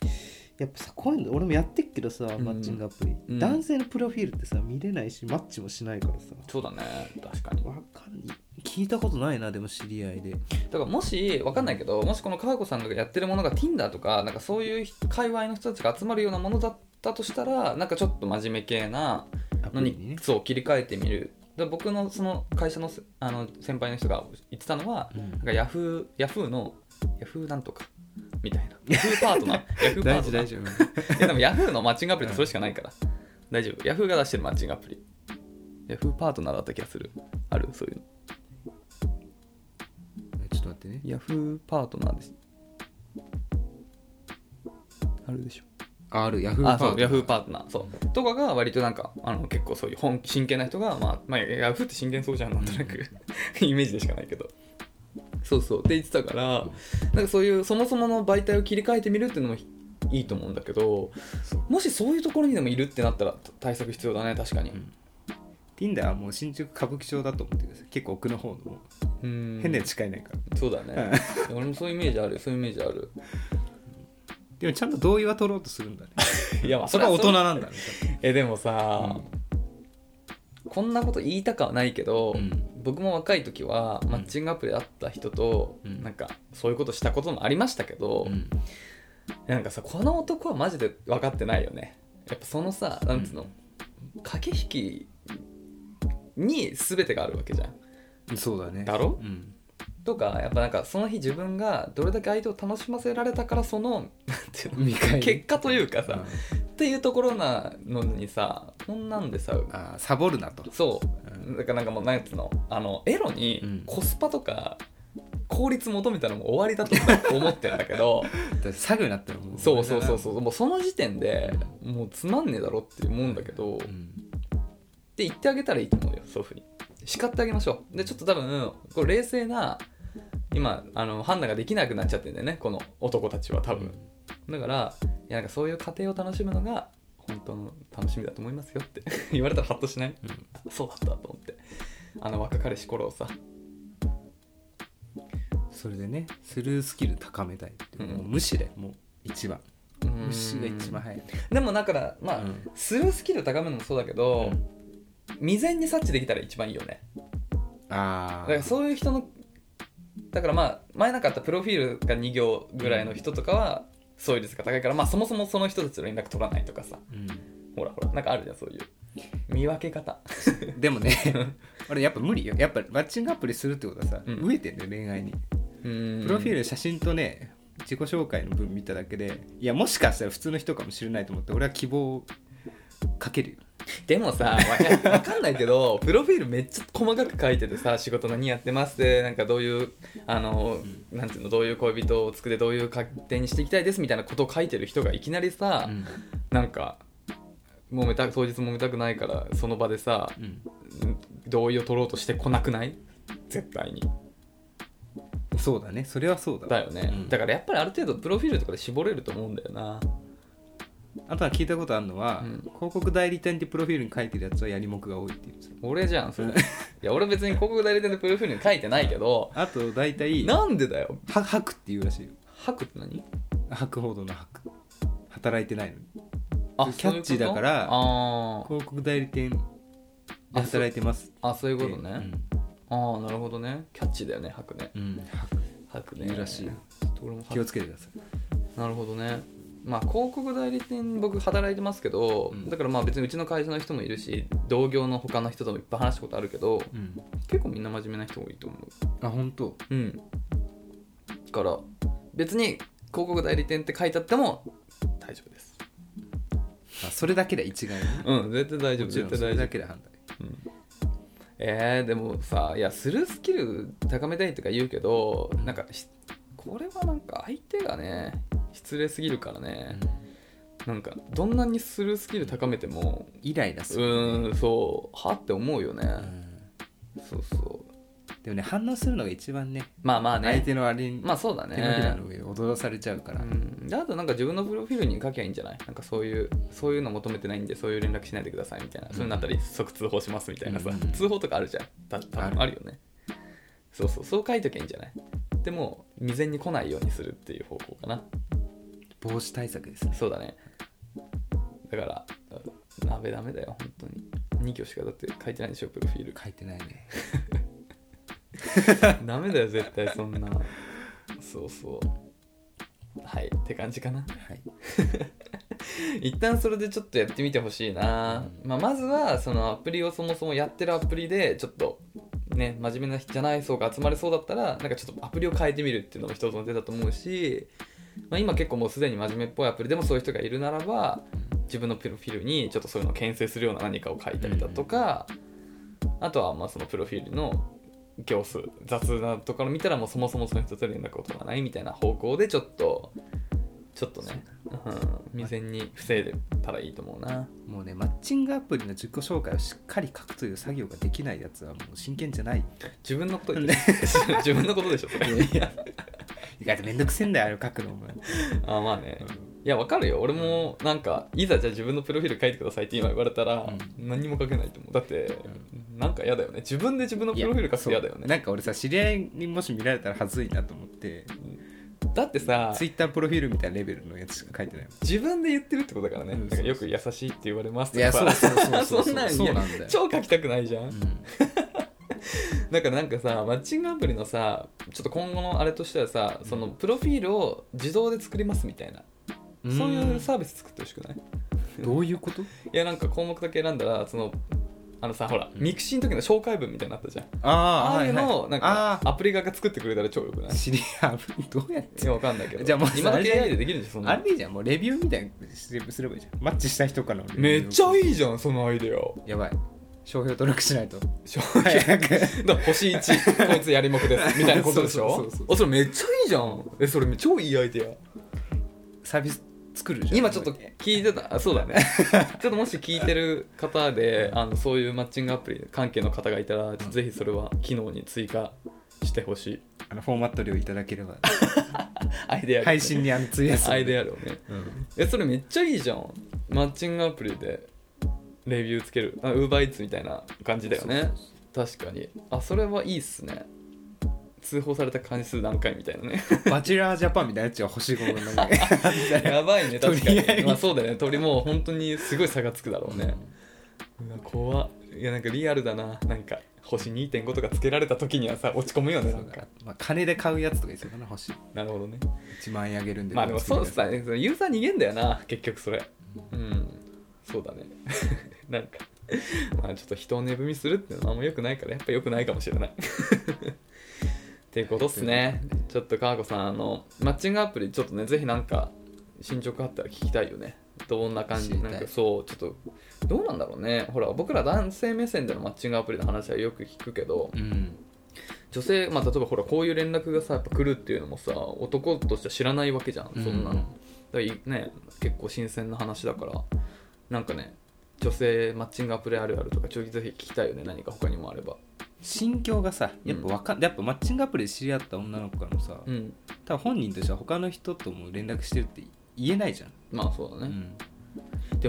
Speaker 3: ーやっぱさこういうの俺もやってっけどさ、
Speaker 2: ん
Speaker 3: マッチングアプリ、
Speaker 2: うん
Speaker 3: 男性のプロフィールってさ見れないしマッチもしないからさ
Speaker 2: そうだね確かに
Speaker 3: わかんない
Speaker 1: 聞いたことないなでも知り合いで
Speaker 2: だからもしわかんないけどもしこの佳代子さんがやってるものが Tinder とかなんかそういう界隈の人たちが集まるようなものだったとしたらなんかちょっと真面目系な
Speaker 3: ア
Speaker 2: の
Speaker 3: プリに
Speaker 2: に
Speaker 3: ね
Speaker 2: そう切り替えてみるで僕のその会社のせあの先輩の人が言ってたのは
Speaker 1: うん
Speaker 2: なんかヤフーヤフーのヤフーなんとかみたいなヤフーパートナーヤフーパー
Speaker 1: 大
Speaker 2: ト
Speaker 1: 事
Speaker 2: ナ
Speaker 1: 大
Speaker 2: ー
Speaker 1: 丈夫
Speaker 2: いやでもヤフーのマッチングアプリってそれしかないから大丈夫ヤフーが出してるマッチングアプリヤフーパートナーだった気がするあるそういうの
Speaker 1: ちょっと待ってね
Speaker 2: ヤフーパートナーです。あるでしょ。
Speaker 1: ああるヤフー
Speaker 2: あ、
Speaker 1: パ
Speaker 2: そう、
Speaker 1: ー
Speaker 2: ヤフーパートナー。そう。とかが割となんか、あの結構そういう本真剣な人が、まあ、まあ、ヤフーって真剣そうじゃん、なんとなく。イメージでしかないけど。そうそう。って言ってたから、なんかそういう、そもそもの媒体を切り替えてみるっていうのもいいと思うんだけど、もしそういうところにでもいるってなったら対策必要だね、確かに。
Speaker 1: うん Tinder はもう新宿歌舞伎町だと思ってください結構奥の方のも
Speaker 2: うん
Speaker 1: う変なやつしかいないから、
Speaker 2: そうだね。俺もそういうイメージある、そういうイメージある。
Speaker 1: でもちゃんと同意は取ろうとするんだね
Speaker 2: いや、まあ
Speaker 1: そこは大人
Speaker 2: れは
Speaker 1: なんだね
Speaker 2: えでもさ、こんなこと言いたかはないけど、
Speaker 4: うん
Speaker 2: 僕も若い時はマッチングアプリで会った人と、
Speaker 4: うん
Speaker 2: なんかそういうことしたこともありましたけど、
Speaker 4: うん
Speaker 2: なんかさこの男はマジで分かってないよねやっぱそのさなんつうの、駆け引きに全てがあるわけじゃん
Speaker 1: そうだね
Speaker 2: だろ
Speaker 4: うん
Speaker 2: とかやっぱなんかその日自分がどれだけ相手を楽しませられたからそのなんていうの
Speaker 1: 見返り
Speaker 2: 結果というか
Speaker 1: う
Speaker 2: さ、
Speaker 1: ん
Speaker 2: っていうところなのにさこんなんでさ
Speaker 4: あーサボるなと
Speaker 2: そうだからなんかもうなんつうのあのエロ
Speaker 4: う
Speaker 2: に
Speaker 4: ん
Speaker 2: コスパとか効率求めたらもう終わりだと思ってるんだけ ど
Speaker 4: だって作業になったらもう
Speaker 2: そうそうそうそうもうその時点でもうつまんねえだろって思うんだけど、
Speaker 4: う
Speaker 2: って
Speaker 4: ん
Speaker 2: 言ってあげたらいいと思うよそういうふうに叱ってあげましょうでちょっと多分これ冷静な今あの判断ができなくなっちゃってんだよねこの男たちは多分、だからいやなんかそういう過程を楽しむのが本当の楽しみだと思いますよって 言われたらハッとしない、 そうだったと思ってあの若彼氏頃をさ
Speaker 1: それでね
Speaker 4: スルースキル高めたいって、
Speaker 2: うん
Speaker 4: もう無視でもう
Speaker 1: 一番
Speaker 4: 無視が一番
Speaker 2: い
Speaker 4: 早い、
Speaker 2: でもだからまあ、
Speaker 1: うん
Speaker 2: スルースキル高めるのもそうだけど、未然に察知できたら一番いいよね
Speaker 1: あ
Speaker 2: だ
Speaker 1: あ
Speaker 2: からそういう人のだからまあ前なかったプロフィールが2行ぐらいの人とかはそういう率が高いからまあそもそもその人たちの連絡取らないとかさほらほらなんかあるじゃんそういう見分け方
Speaker 4: うんでも ね俺やっぱ無理よやっぱマッチングアプリするってことはさ、
Speaker 2: うん
Speaker 4: 飢えてんだよ恋愛に
Speaker 2: プ
Speaker 4: プロフィー
Speaker 2: ル
Speaker 4: ル写真とね自己紹介の文見ただけでいやもしかしたら普通の人かもしれないと思って俺は希望をかけるよ
Speaker 2: でもさわかわかんないけどプロフィールめっちゃ細かく書いててさ仕事何やってますでなんかどういうあの、なんていうのどういう恋人を作ってどういう家庭にしていきたいですみたいなことを書いてる人がいきなりさ、なんか揉めた当日揉めたくないからその場でさ、
Speaker 4: うん
Speaker 2: 同意を取ろうとしてこなくない絶対に
Speaker 1: そうだねそれはそうだわ
Speaker 2: だよね、
Speaker 4: うん
Speaker 2: だからやっぱりある程度プロフィールとかで絞れると思うんだよな
Speaker 1: あとは聞いたことあるのは、
Speaker 2: うん
Speaker 1: 広告代理店ってプロフィールに書いてるやつはやりもくが多いっていうんですよ
Speaker 2: 俺じゃんそれいや俺別に広告代理店でプロフィールに書いてないけど
Speaker 1: あと大体は
Speaker 2: なんでだよ
Speaker 1: 吐くっていうらしいよ
Speaker 2: 吐くって何
Speaker 1: 吐くほどの吐く働いてないのに
Speaker 2: あ
Speaker 1: キャッチーだから
Speaker 2: あー
Speaker 1: 広告代理店で
Speaker 2: あそう
Speaker 1: 働いてます
Speaker 2: あそういうこと
Speaker 1: う
Speaker 2: ね、ああなるほどねキャッチーだよね吐くね
Speaker 4: うん
Speaker 2: 吐くね
Speaker 1: 言うらしいよ
Speaker 2: ちょっと俺も吐く
Speaker 1: 気をつけてください
Speaker 2: なるほどねまあ広告代理店僕働いてますけど、
Speaker 4: うん
Speaker 2: だからまあ別にうちの会社の人もいるし同業の他の人ともいっぱい話したことあるけど
Speaker 4: うん
Speaker 2: 結構みんな真面目な人多いと思
Speaker 1: あ本当
Speaker 2: ううんだから別に広告代理店って書いてあっても大丈夫です
Speaker 4: あそれだけで一概にね
Speaker 2: うん絶対大丈夫
Speaker 4: もちろ
Speaker 2: 絶
Speaker 4: ん
Speaker 2: 対
Speaker 4: それ
Speaker 2: 大丈
Speaker 4: だ
Speaker 2: 夫
Speaker 4: けで判断
Speaker 2: えー、でもさいやスルースキル高めたいとか言うけどなんかしこれはなんか相手がね失礼すぎるからね、なんかどんなにスルースキル高めても
Speaker 4: イライラ
Speaker 2: う
Speaker 4: する、
Speaker 2: ーんそうはって思うよね、
Speaker 4: うん
Speaker 2: そうそう
Speaker 4: でもね反応するのが一番ね
Speaker 2: まあまあ
Speaker 4: 相
Speaker 2: ね
Speaker 4: 手のあれに
Speaker 2: まあそうだ
Speaker 4: 手のひら
Speaker 2: ね
Speaker 4: の上を踊らされちゃうから、
Speaker 2: うん、であとなんか自分のプロフィールに書きゃいいんじゃないなんかそういうそういうの求めてないんでそういう連絡しないでくださいみたいな、そういうのあったり即通報しますみたいなさ、
Speaker 4: うん
Speaker 2: 通報とかあるじゃんた多
Speaker 4: あ
Speaker 2: 分
Speaker 4: る
Speaker 2: あるよねそうそうそう書いときゃいいんじゃないでも未然に来ないようにするっていう方法かな
Speaker 4: 防止対策ですね
Speaker 2: そうだねだから鍋ダメだよ本当に2行しかだって書いてないでしょプロフ ィール
Speaker 4: 書いてないね
Speaker 2: ダメだよ絶対そんなそうそうはいって感じかな
Speaker 4: はい
Speaker 2: 一旦それでちょっとやってみてほしいな、まあ、まずはそのアプリをそもそもやってるアプリでちょっとね真面目な人じゃない層が集まれそうだったらなんかちょっとアプリを変えてみるっていうのも一つの手だと思うし、まあ、今結構もうすでに真面目っぽいアプリでもそういう人がいるならば自分のプロフィールにちょっとそういうのを牽制するような何かを書いたりだとか、あとはまあそのプロフィールの行数雑なところ見たらもうそもそもその人と連絡を取らないみたいな方向でちょっとちょっとね、うん、未然に防いでたらいいと思うな
Speaker 4: もうねマッチングアプリの自己紹介をしっかり書くという作業ができないやつはもう真剣じゃない
Speaker 2: 自分のこと言ってる 自分のことでしょそれ
Speaker 4: 意外とめんどくせえんだよあれを書く のお前
Speaker 2: あまあね、いやわかるよ俺もなんかいざじゃあ自分のプロフィール書いてくださいって今言われたら、何にも書けないと思うだって、なんか嫌だよね自分で自分のプロフィール書くと嫌だよ
Speaker 4: いやそう
Speaker 2: ね
Speaker 4: なんか俺さ知り合いにもし見られたらはずいなと思って
Speaker 2: だってさ
Speaker 1: ツイッタープロフィールみたいなレベルのやつしか書いてないもん
Speaker 2: 自分で言ってるってことだからね、
Speaker 1: うん
Speaker 2: なんかよく優しいって言われますと
Speaker 1: い
Speaker 2: か
Speaker 1: やそうそうそう そう
Speaker 2: そんなん
Speaker 1: そうなんだよ
Speaker 2: 超書きたくないじゃん、だからなんかさマッチングアプリのさちょっと今後のあれとしてはさそのプロフィールを自動で作りますみたいな、そういうサービス作ってほしくない
Speaker 1: どういうこと
Speaker 2: いやなんか項目だけ選んだらそのあのさほら、ミクシーの時の紹介文みたいになのあったじゃん
Speaker 1: あ
Speaker 2: ああいう
Speaker 1: はい
Speaker 2: の
Speaker 1: は
Speaker 2: を
Speaker 1: い
Speaker 2: なん
Speaker 1: あ
Speaker 2: かアプリ側が作ってくれたら超よくない
Speaker 1: ー知り合いどうやって
Speaker 2: いやわかんないけど
Speaker 1: じゃあもう
Speaker 2: 今
Speaker 1: あ
Speaker 2: だ
Speaker 1: れ
Speaker 2: け
Speaker 1: じゃない
Speaker 2: AI でできるんじゃんそんな
Speaker 1: あれ
Speaker 2: の
Speaker 1: でいいじゃんもうレビューみたいにすれすればいいじゃんマッチした人からのレビュー
Speaker 2: めっちゃいいじゃんそのアイデ ア
Speaker 1: やばい商標登録しないと
Speaker 2: 正直
Speaker 1: 早く
Speaker 2: だから星1こいつやりもくですみたいなことでしょ
Speaker 1: そうそうそう
Speaker 2: あ それめっちゃいいじゃんえそれ超いいアイデア
Speaker 1: サービス作るじゃん
Speaker 2: 今ちょっと聞いてたあそうだ ねちょっともし聞いてる方であのそういうマッチングアプリ関係の方がいたらぜひそれは機能に追加してほしい
Speaker 1: あのフォーマット料いただけ れば
Speaker 2: アイデア力ね
Speaker 1: 配信にあの費やす
Speaker 2: アイデアをねえそれめっちゃいいじゃんマッチングアプリでレビューつけるウーバーイーツみたいな感じだよね確かにあそれはいいっすね通報された回数何回みたいなね
Speaker 1: バチェラージャパンみたいなやつは星5分 の
Speaker 2: やばいね確か
Speaker 1: とりあえ
Speaker 2: に
Speaker 1: ず
Speaker 2: まあそうだよね鳥もう本当にすごい差がつくだろうねうわ怖っいやなんかリアルだななんか星2.5とかつけられた時にはさ落ち込むよねなんか
Speaker 1: まあ金で買うやつとかですよね星
Speaker 2: なるほどね
Speaker 1: 1万円あげるんで
Speaker 2: まあでもそうさ、ね、そのユーザー逃げんだよな、結局それ。うん、そうだね。 なんか、まあちょっと人を値踏みするっていうのはあんま良くないから、やっぱ良くないかもしれない。 っていうことっすね。ちょっと川子さん、あの、マッチングアプリ、ちょっとね、ぜひなんか、進捗あったら聞きたいよね。どんな感
Speaker 1: 知
Speaker 2: じ
Speaker 1: りた
Speaker 2: ないんかそうちょっとどうなんだろうねほら僕ら男性目線でのマッチングアプリの話はよく聞くけど、
Speaker 1: うん
Speaker 2: 女性、まあ、例えばほらこういう連絡がさやっぱ来るっていうのもさ男としては知らないわけじゃんそんなの、
Speaker 1: うん
Speaker 2: だからいね、結構新鮮な話だからなんかね女性マッチングアプリあるあるとかちょいぜひ聞きたいよね何か他にもあれば
Speaker 1: 心境がさやっぱわかん、やっぱマッチングアプリで知り合った女の子からもさ、
Speaker 2: うん
Speaker 1: 多分本人としては他の人とも連絡してるって言えないじゃん、
Speaker 2: まあそうだね、で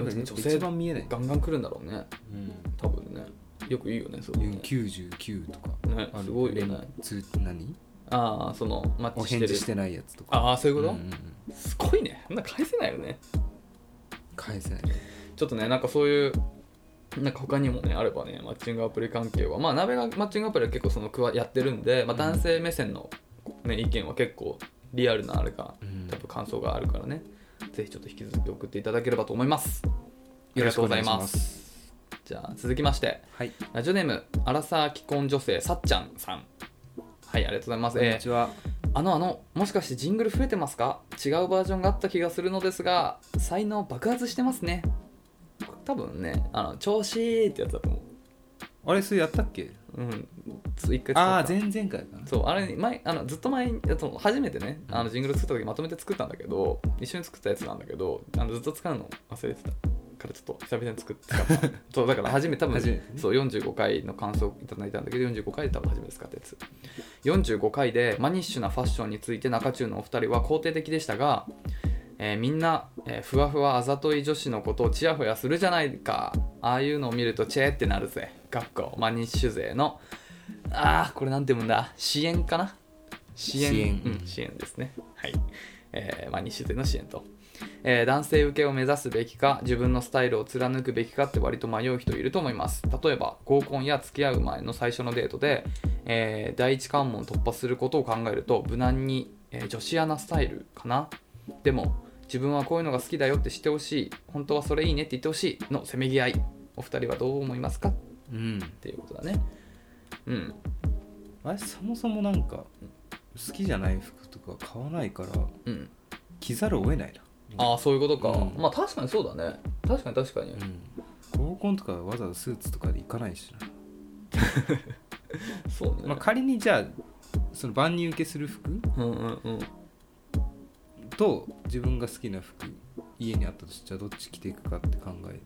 Speaker 1: で
Speaker 2: も
Speaker 1: も
Speaker 2: 女
Speaker 1: 女
Speaker 2: 性
Speaker 1: 性
Speaker 2: 版
Speaker 1: 版見えない、
Speaker 2: ガンガン来るんだろうね
Speaker 1: うん
Speaker 2: 多分ねよく言うよねそういうね
Speaker 1: 99とか
Speaker 2: ね
Speaker 1: あの
Speaker 2: すごいよね
Speaker 1: 連通何
Speaker 2: ああそのマッ
Speaker 1: お
Speaker 2: チし
Speaker 1: 返
Speaker 2: て
Speaker 1: 事
Speaker 2: る
Speaker 1: してないやつとか
Speaker 2: ああそういうこと、
Speaker 1: うんうんうん
Speaker 2: すごいねあんな返せないよね
Speaker 1: 返せない
Speaker 2: ちょっとね、なんかそういう、なんか他にもね、あればね、マッチングアプリ関係は、まあ、鍋がマッチングアプリは結構そのくわやってるんで、まあ、男性目線の、ね、意見は結構リアルなあれが、
Speaker 1: うん
Speaker 2: 多分感想があるからね、ぜひちょっと引き続き送っていただければと思います。よろしくお願いします。じゃあ、続きまして、
Speaker 1: はい
Speaker 2: ラジオネーム、アラサー既婚女性、さっちゃんさん。はい、ありがとうございます。
Speaker 1: こんにちは、
Speaker 2: あのあのもしかしてジングル増えてますか違うバージョンがあった気がするのですが才能爆発してますね多分ねあの調子いいってやつだと思
Speaker 1: あれそれやったっけ
Speaker 2: ううんつ一回使った
Speaker 1: ああー前々回かな
Speaker 2: そうあれ前あのずっと前にあと初めてねあのジングル作った時まとめて作ったんだけど一緒に作ったやつなんだけどあのずっと使うの忘れてたからちょっと久々に作って使 ったそうだから初めて多分
Speaker 1: 初めてね
Speaker 2: そう45回の感想をいただいたんだけど45回で多分初めて使ったやつ45回でマニッシュなファッションについて中中のお二人は肯定的でしたが、えーみんな、えーふわふわあざとい女子のことをちやほやするじゃないかああいうのを見るとチェーってなるぜかっこマニッシュ勢のああこれなんて読むんだ支援かな支援
Speaker 1: 支援
Speaker 2: うん、支援ですねはい、えーマニッシュ勢の支援と、えー男性受けを目指すべきか自分のスタイルを貫くべきかって割と迷う人いると思います例えば合コンや付き合う前の最初のデートで、えー第一関門突破することを考えると無難に、えー女子アナスタイルかなでも自分はこういうのが好きだよって知ってほしい本当はそれいいねって言ってほしいのせめぎ合いお二人はどう思いますかっ
Speaker 1: うん
Speaker 2: ていうことだねうん
Speaker 1: あれそもそもなんか好きじゃない服とか買わないから
Speaker 2: うん
Speaker 1: 着ざるを得ないな
Speaker 2: ああそういうことか、
Speaker 1: うん
Speaker 2: まあ確かにそうだね確かに確かに、
Speaker 1: うん合コンとかわざわざスーツとかで行かないしな、
Speaker 2: そうね、
Speaker 1: まあ、仮にじゃあその万人受けする服
Speaker 2: うんうんうん
Speaker 1: と自分が好きな服家にあったとしてじゃあどっち着ていくかって考え、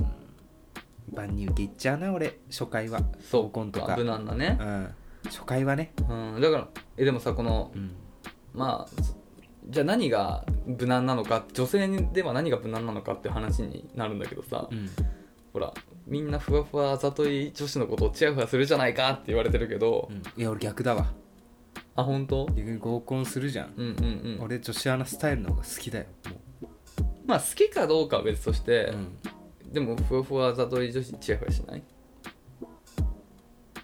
Speaker 1: うん、万人受けいっちゃうな俺初回は
Speaker 2: そう
Speaker 1: 合コンとか
Speaker 2: 無難なね
Speaker 1: う、ん初回はね
Speaker 2: うん、だからえでもさこの
Speaker 1: うん
Speaker 2: まあそじゃあ何が無難なのか女性では何が無難なのかって話になるんだけどさ、
Speaker 1: うん
Speaker 2: ほらみんなふわふわあざとい女子のことをチヤホヤするじゃないかって言われてるけど、
Speaker 1: いや俺逆だわ
Speaker 2: あ本当
Speaker 1: 結局合コンするじゃん、
Speaker 2: うんうんうん
Speaker 1: 俺女子アナスタイルの方が好きだよも
Speaker 2: まあ好きかどうかは別として
Speaker 1: う、、ん、
Speaker 2: でもふわふわざとり女子チヤホヤしない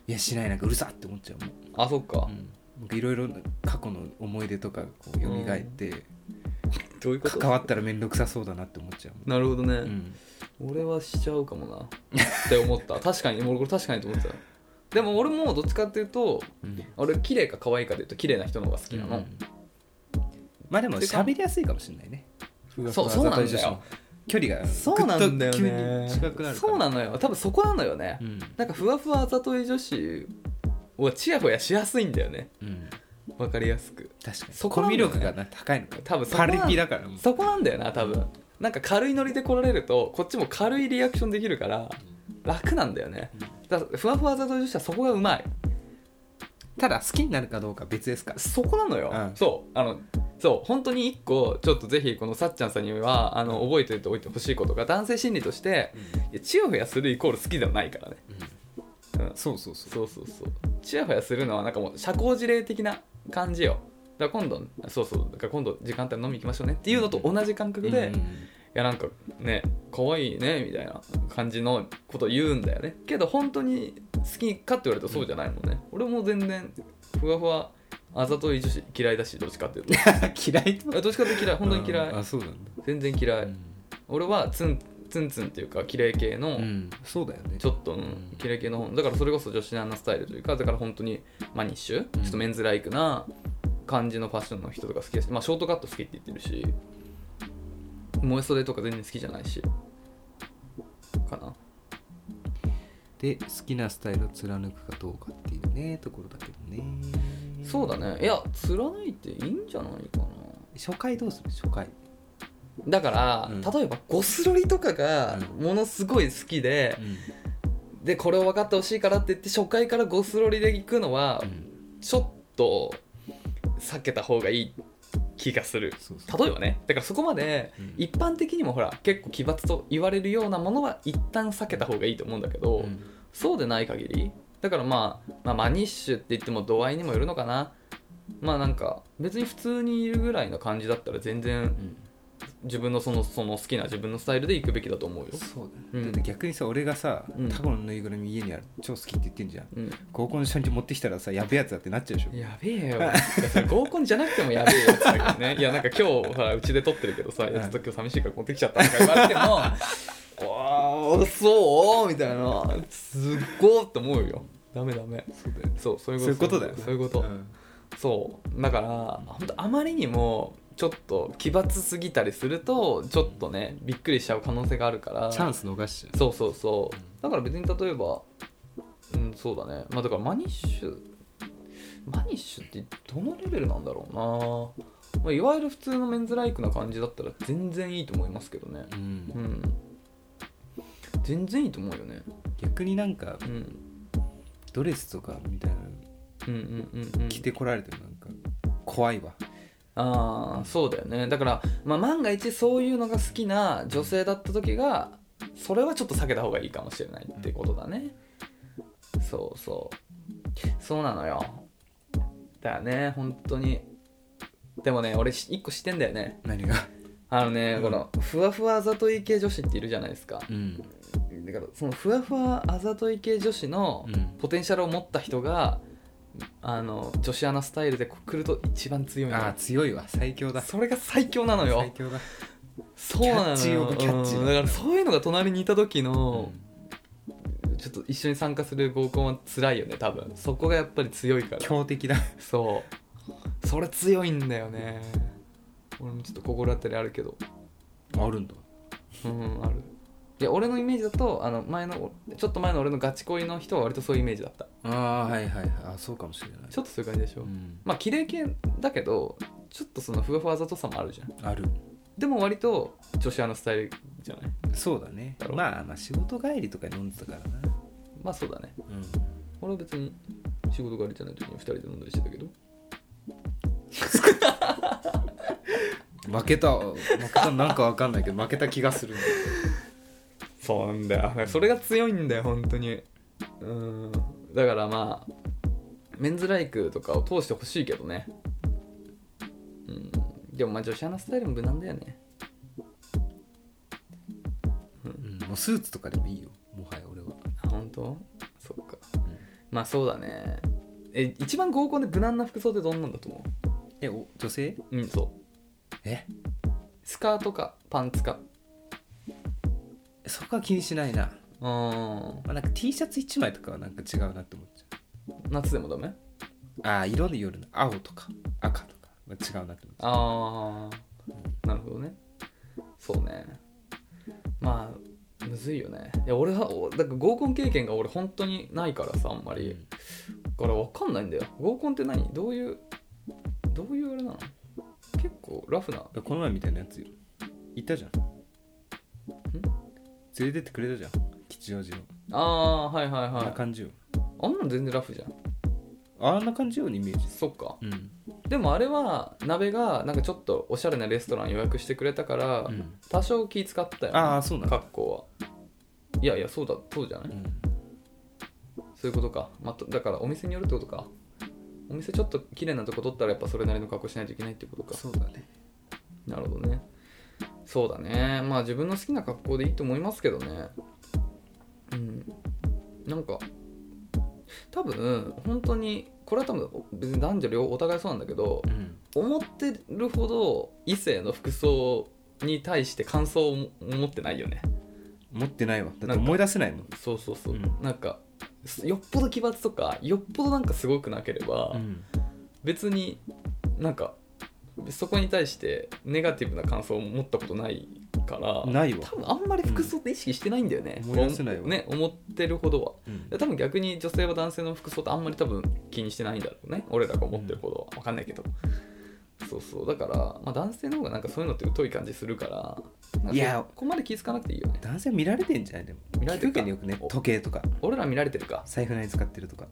Speaker 1: いやしないなんかうるさって思っちゃうもん
Speaker 2: あそっか、
Speaker 1: うん僕いろいろ過去の思い出とかこう蘇って、
Speaker 2: どういうこと
Speaker 1: 関わったら面倒くさそうだなって思っちゃう
Speaker 2: なるほどね、
Speaker 1: もん、うん、
Speaker 2: 俺はしちゃうかも なって思った確かにもうこれ確かにと思ってたでも俺もどっちかっていうと俺綺麗か可愛いかでいうと綺麗な人の方が好きなの、
Speaker 1: うんまあでも喋りやすいかもしれないね
Speaker 2: そうそうなんだよ
Speaker 1: 距離が
Speaker 2: そうなんだよね
Speaker 1: ぐっと急に近くなる
Speaker 2: そうなのよ多分そこなのよね、
Speaker 1: うん
Speaker 2: なんかふわふわあざとい女子はチヤホヤしやすいんだよね
Speaker 1: うん
Speaker 2: わかりやすく
Speaker 1: 確かに
Speaker 2: そ
Speaker 1: そ
Speaker 2: こ
Speaker 1: こ
Speaker 2: なん
Speaker 1: コ
Speaker 2: だ
Speaker 1: ミュ力
Speaker 2: よね
Speaker 1: がな高いのか
Speaker 2: 多分そこ
Speaker 1: パ
Speaker 2: なん
Speaker 1: リピだからもう
Speaker 2: そこなんだよな多分なんか軽いノリで来られるとこっちも軽いリアクションできるから楽なんだよねだからふわふわあざとい女子はそこがうまい
Speaker 1: ただ好きになるかどうかは別ですから
Speaker 2: そこなのよ、
Speaker 1: うん
Speaker 2: そうあのそう本当に一個ちょっとぜひこのさっちゃんさんにはあの覚えておいておいてほしいことが男性心理として、いやチヤホヤするイコール好きではないからね、うん
Speaker 1: そうそうそう
Speaker 2: そうそうそうチヤホヤするのはなんかもう社交辞令的な感じよだから今度そうそうだから今度時間帯飲み行きましょうねっていうのと同じ感覚で、
Speaker 1: うん
Speaker 2: いやなんかね可愛いねみたいな感じのこと言うんだよねけど本当に好きかって言われるとそうじゃないもんね、俺も全然ふわふわあざとい女子嫌いだしどっちかっていうと
Speaker 1: 嫌いってこ
Speaker 2: どっちかっていうと嫌い本当に嫌い
Speaker 1: あそうなんだ
Speaker 2: 全然嫌い、
Speaker 1: う
Speaker 2: 俺はツンツンツンっていうか綺麗系の、
Speaker 1: んそうだよね
Speaker 2: ちょっと、うん、キレ系の本だからそれこそ女子アナスタイルというかだから本当にマニッシュ、ちょっとメンズライクな感じのファッションの人とか好きだし、まあ、ショートカット好きって言ってるし萌え袖とか全然好きじゃないしかな
Speaker 1: で好きなスタイルを貫くかどうかっていうねところだけどね
Speaker 2: そうだねいや貫いていいんじゃないかな
Speaker 1: 初回どうする初回
Speaker 2: だから、
Speaker 1: うん
Speaker 2: 例えばゴスロリとかがものすごい好きで、でこれを分かってほしいからって言って初回からゴスロリで行くのは
Speaker 1: うん
Speaker 2: ちょっと避けた方がいい気がする
Speaker 1: そうそう
Speaker 2: 例えばねだからそこまで
Speaker 1: うん
Speaker 2: 一般的にもほら結構奇抜と言われるようなものは一旦避けた方がいいと思うんだけど、
Speaker 1: うん
Speaker 2: そうでない限りだから、まあ、まあマニッシュって言っても度合いにもよるのかなまあなんか別に普通にいるぐらいの感じだったら全然自分のそのその好きな自分のスタイルで行くべきだと思うよ、
Speaker 1: そう
Speaker 2: う
Speaker 1: だ
Speaker 2: ん
Speaker 1: よだって逆にさ俺がさ
Speaker 2: うん
Speaker 1: タコのぬいぐるみ家にある超好きって言ってんじゃん
Speaker 2: うん、
Speaker 1: 合コン初日持ってきたらさやべえやつだってなっちゃうでしょ
Speaker 2: やべえよ。いやそれ合コンじゃなくてもやべえよって言ったけ どね。いや、なんか今日さ、うちで撮ってるけどさ、いやちょっと今日寂しいから持ってきちゃったとか言われても、おー、そうみたいな、すっごーって思うよ。ダメダメ。
Speaker 1: そうだよ
Speaker 2: そう、そう
Speaker 1: そうい
Speaker 2: いう
Speaker 1: う
Speaker 2: こ。
Speaker 1: こととだよ
Speaker 2: そういうこと。そう。だから、本当あまりにも、ちょっと奇抜すぎたりすると、ちょっとね、びっくりしちゃう可能性があるから。
Speaker 1: チャンス逃しちゃう
Speaker 2: そうそうそうだから別に例えばうんそうだねまあだからマニッシュマニッシュってどのレベルなんだろうな、まあ、いわゆる普通のメンズライクな感じだったら全然いいと思いますけどね
Speaker 1: うん
Speaker 2: うん全然いいと思うよね
Speaker 1: 逆になんか
Speaker 2: うん
Speaker 1: ドレスとかみたいなの
Speaker 2: うんうんうんうん
Speaker 1: 着てこられてもなんか怖いわ
Speaker 2: ああそうだよねだから、まあ、万が一そういうのが好きな女性だった時がそれはちょっと避けた方がいいかもしれないってことだね、そうそうそうなのよだよね本当にでもね俺し一個知ってんだよね
Speaker 1: 何が
Speaker 2: あのね、
Speaker 1: うん
Speaker 2: このふわふわあざとい系女子っているじゃないですか
Speaker 1: うん
Speaker 2: だからそのふわふわあざとい系女子の
Speaker 1: うん
Speaker 2: ポテンシャルを持った人があの女子アナスタイルでこう来ると一番強いのよ
Speaker 1: ああ強いわ最強だ
Speaker 2: それが最強なのよ
Speaker 1: 最強だ
Speaker 2: そうなの
Speaker 1: キャッ
Speaker 2: よ
Speaker 1: チーオブキャッチー
Speaker 2: うんだからそういうのが隣にいた時の、ちょっと一緒に参加する合コンは辛いよね多分そこがやっぱり強いから
Speaker 1: 強敵だ
Speaker 2: そうそれ強いんだよね俺もちょっと心当たりあるけど
Speaker 1: あるんだ
Speaker 2: うんあるいや俺のイメージだとあの前のちょっと前の俺のガチ恋の人は割とそういうイメージだった
Speaker 1: ああはいはいはいあそうかもしれない
Speaker 2: ちょっとそういう感じでしょ、
Speaker 1: うん
Speaker 2: まあ綺麗系だけどちょっとそのふわふわあざとさもあるじゃん
Speaker 1: ある
Speaker 2: でも割と女子アナスタイルじゃない
Speaker 1: そうだね
Speaker 2: だろ
Speaker 1: まあまあ仕事帰りとかに飲んでたからな
Speaker 2: まあそうだね
Speaker 1: うん
Speaker 2: 俺は別に仕事帰りじゃない時に2人で飲んだりしてたけど
Speaker 1: 負けた負けたなんかわかんないけど負けた気がする
Speaker 2: そうなんだよそれが強いんだよ本当にうんだからまあメンズライクとかを通してほしいけどねうんでもまあ女子アナスタイルも無難だよね
Speaker 1: うん、もうスーツとかでもいいよもはや俺は
Speaker 2: あ本当そっか、まあそうだねえ一番合コンで無難な服装ってどんなんだと思
Speaker 1: えお女性
Speaker 2: ううんそう
Speaker 1: え
Speaker 2: スカートかパンツか
Speaker 1: そこは気にしないな,、
Speaker 2: うん
Speaker 1: まあ、なんか T シャツ1枚とかはなんか違うなって思っちゃ
Speaker 2: 夏でもダメ
Speaker 1: うああ色でよるな青とか赤とかは違うなって思っちゃ
Speaker 2: ああなるほどねそうねまあむずいよねいや俺はおだから合コン経験が俺本当にないからさあんま
Speaker 1: う、
Speaker 2: りだから分かんないんだよ合コンって何どういうどういうあれなの結構ラフな
Speaker 1: うんこの前みたいなやつよいたじゃん連れてってくれたじゃん吉祥寺の
Speaker 2: ああーはいはい
Speaker 1: あんな
Speaker 2: はい
Speaker 1: 感じよ
Speaker 2: あんなの全然ラフじゃん
Speaker 1: あんな感じようにイメージ
Speaker 2: そっか
Speaker 1: うん
Speaker 2: でもあれは鍋がなんかちょっとおしゃれなレストラン予約してくれたから、
Speaker 1: うん
Speaker 2: 多少気使ったよ、ね、
Speaker 1: ああそうなんだ、
Speaker 2: 格好はいやいやそうだそうじゃない、
Speaker 1: うん、
Speaker 2: そういうことか、まあとだからお店によるってことかお店ちょっと綺麗なとこ取ったらやっぱそれなりの格好しないといけないってことか
Speaker 1: そうだね
Speaker 2: なるほどねそうだねまあ自分の好きな格好でいいと思いますけどねうんなんか多分本当にこれは多分別に男女両お互いそうなんだけど
Speaker 1: うん
Speaker 2: 思ってるほど異性の服装に対して感想を持ってないよね
Speaker 1: 持ってないわだって
Speaker 2: なんか
Speaker 1: 思い出せないもん
Speaker 2: そうそうそう、
Speaker 1: うん
Speaker 2: なんかすよっぽど奇抜とかよっぽどなんかすごくなければ、
Speaker 1: うん
Speaker 2: 別になんかそこに対してネガティブな感想を持ったことないから
Speaker 1: ないわ
Speaker 2: 多分あんまり服装って意識してないんだよね、
Speaker 1: うん思い出せないわ
Speaker 2: ね思ってるほどは
Speaker 1: うん
Speaker 2: で多分逆に女性は男性の服装ってあんまり多分気にしてないんだろうね俺らが思ってるほどは分かんないけどそうそうだから、まあ、男性の方がなんかそういうのって疎い感じするからなんか
Speaker 1: いや
Speaker 2: ここまで気づかなくていいよね
Speaker 1: 男性見られてんじゃないでも
Speaker 2: 見られて
Speaker 1: 聞
Speaker 2: る
Speaker 1: くけ
Speaker 2: か
Speaker 1: どよくね
Speaker 2: お
Speaker 1: 時計とか
Speaker 2: 俺ら見られてるか
Speaker 1: 財布何使ってるとか、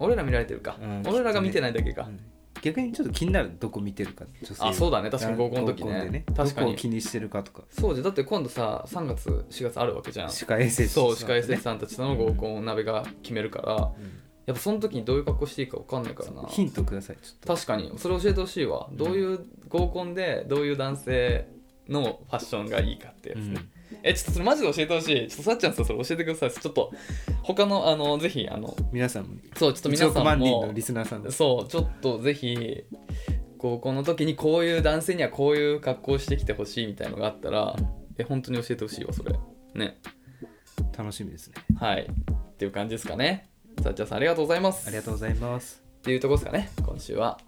Speaker 2: 俺ら見られてるか、
Speaker 1: うん
Speaker 2: 俺らが見てないだけか、
Speaker 1: うん逆にちょっと気になるどこ見てるか女性は
Speaker 2: あそうだね確かに合コンの時ね
Speaker 1: 合コンで
Speaker 2: 確かに
Speaker 1: どこを気にしてるかとか
Speaker 2: そうじゃんだって今度さ3月4月あるわけじゃん
Speaker 1: 歯科衛生士さん
Speaker 2: そう歯科衛生士さんたちとの合コンを鍋が決めるから、やっぱその時にどういう格好していいか分かんないからな
Speaker 1: ヒントくださいちょっと
Speaker 2: 確かにそれ教えてほしいわ、どういう合コンでどういう男性のファッションがいいかってやつね、えちょっとそれマジで教えてほしいちょっとさっちゃんさそれ教えてくださいちょっと他のあのぜひあの
Speaker 1: 皆さんも
Speaker 2: そうちょっと皆
Speaker 1: 1
Speaker 2: さ
Speaker 1: 億万
Speaker 2: ん
Speaker 1: 人の
Speaker 2: も
Speaker 1: リスナーさんです
Speaker 2: そうちょっとぜひ高校の時にこういう男性にはこういう格好してきてほしいみたいのがあったら、え本当に教えてほしいわそれね
Speaker 1: 楽しみですね
Speaker 2: はいっていう感じですかねさっちゃんさんありがとうございます
Speaker 1: ありがとうございます
Speaker 2: っていうとこですかね今週は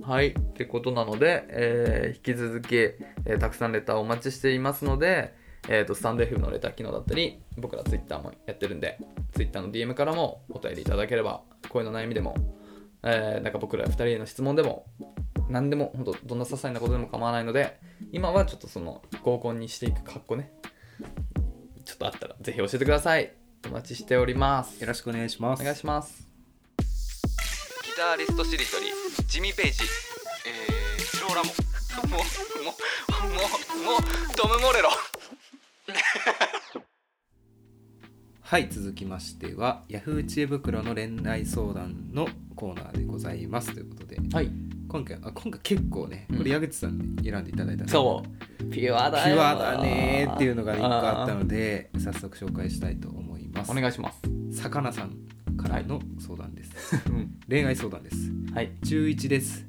Speaker 2: はいってことなので、えー引き続き、えーたくさんレターお待ちしていますので、えー、とスタンド F のレター機能だったり僕ら Twitter もやってるんで Twitter の DM からもお便りいただければ声の悩みでも、えーなんか僕ら2人への質問でも何でも本当どんな些細なことでも構わないので今はちょっとその合コンにしていく格好ねちょっとあったらぜひ教えてくださいお待ちしております
Speaker 1: よろしくお願いします
Speaker 2: お願いしますギタリストしりとりジミー・ペイジえー、ローラモもうもうもうもうトム・モレロ
Speaker 1: はい続きましては Yahoo! 知恵袋の恋愛相談のコーナーでございますということで
Speaker 2: はい
Speaker 1: 今回あ今回結構ね
Speaker 2: うん
Speaker 1: これ矢口さんに選んでいただいたね
Speaker 2: そうピュア
Speaker 1: ピ
Speaker 2: だよ
Speaker 1: ュアだねーっていうのが一個あったので早速紹介したいと思います
Speaker 2: お願いします
Speaker 1: さかなさんからの相談です、
Speaker 2: うん
Speaker 1: 恋愛相談です
Speaker 2: はい
Speaker 1: 中1です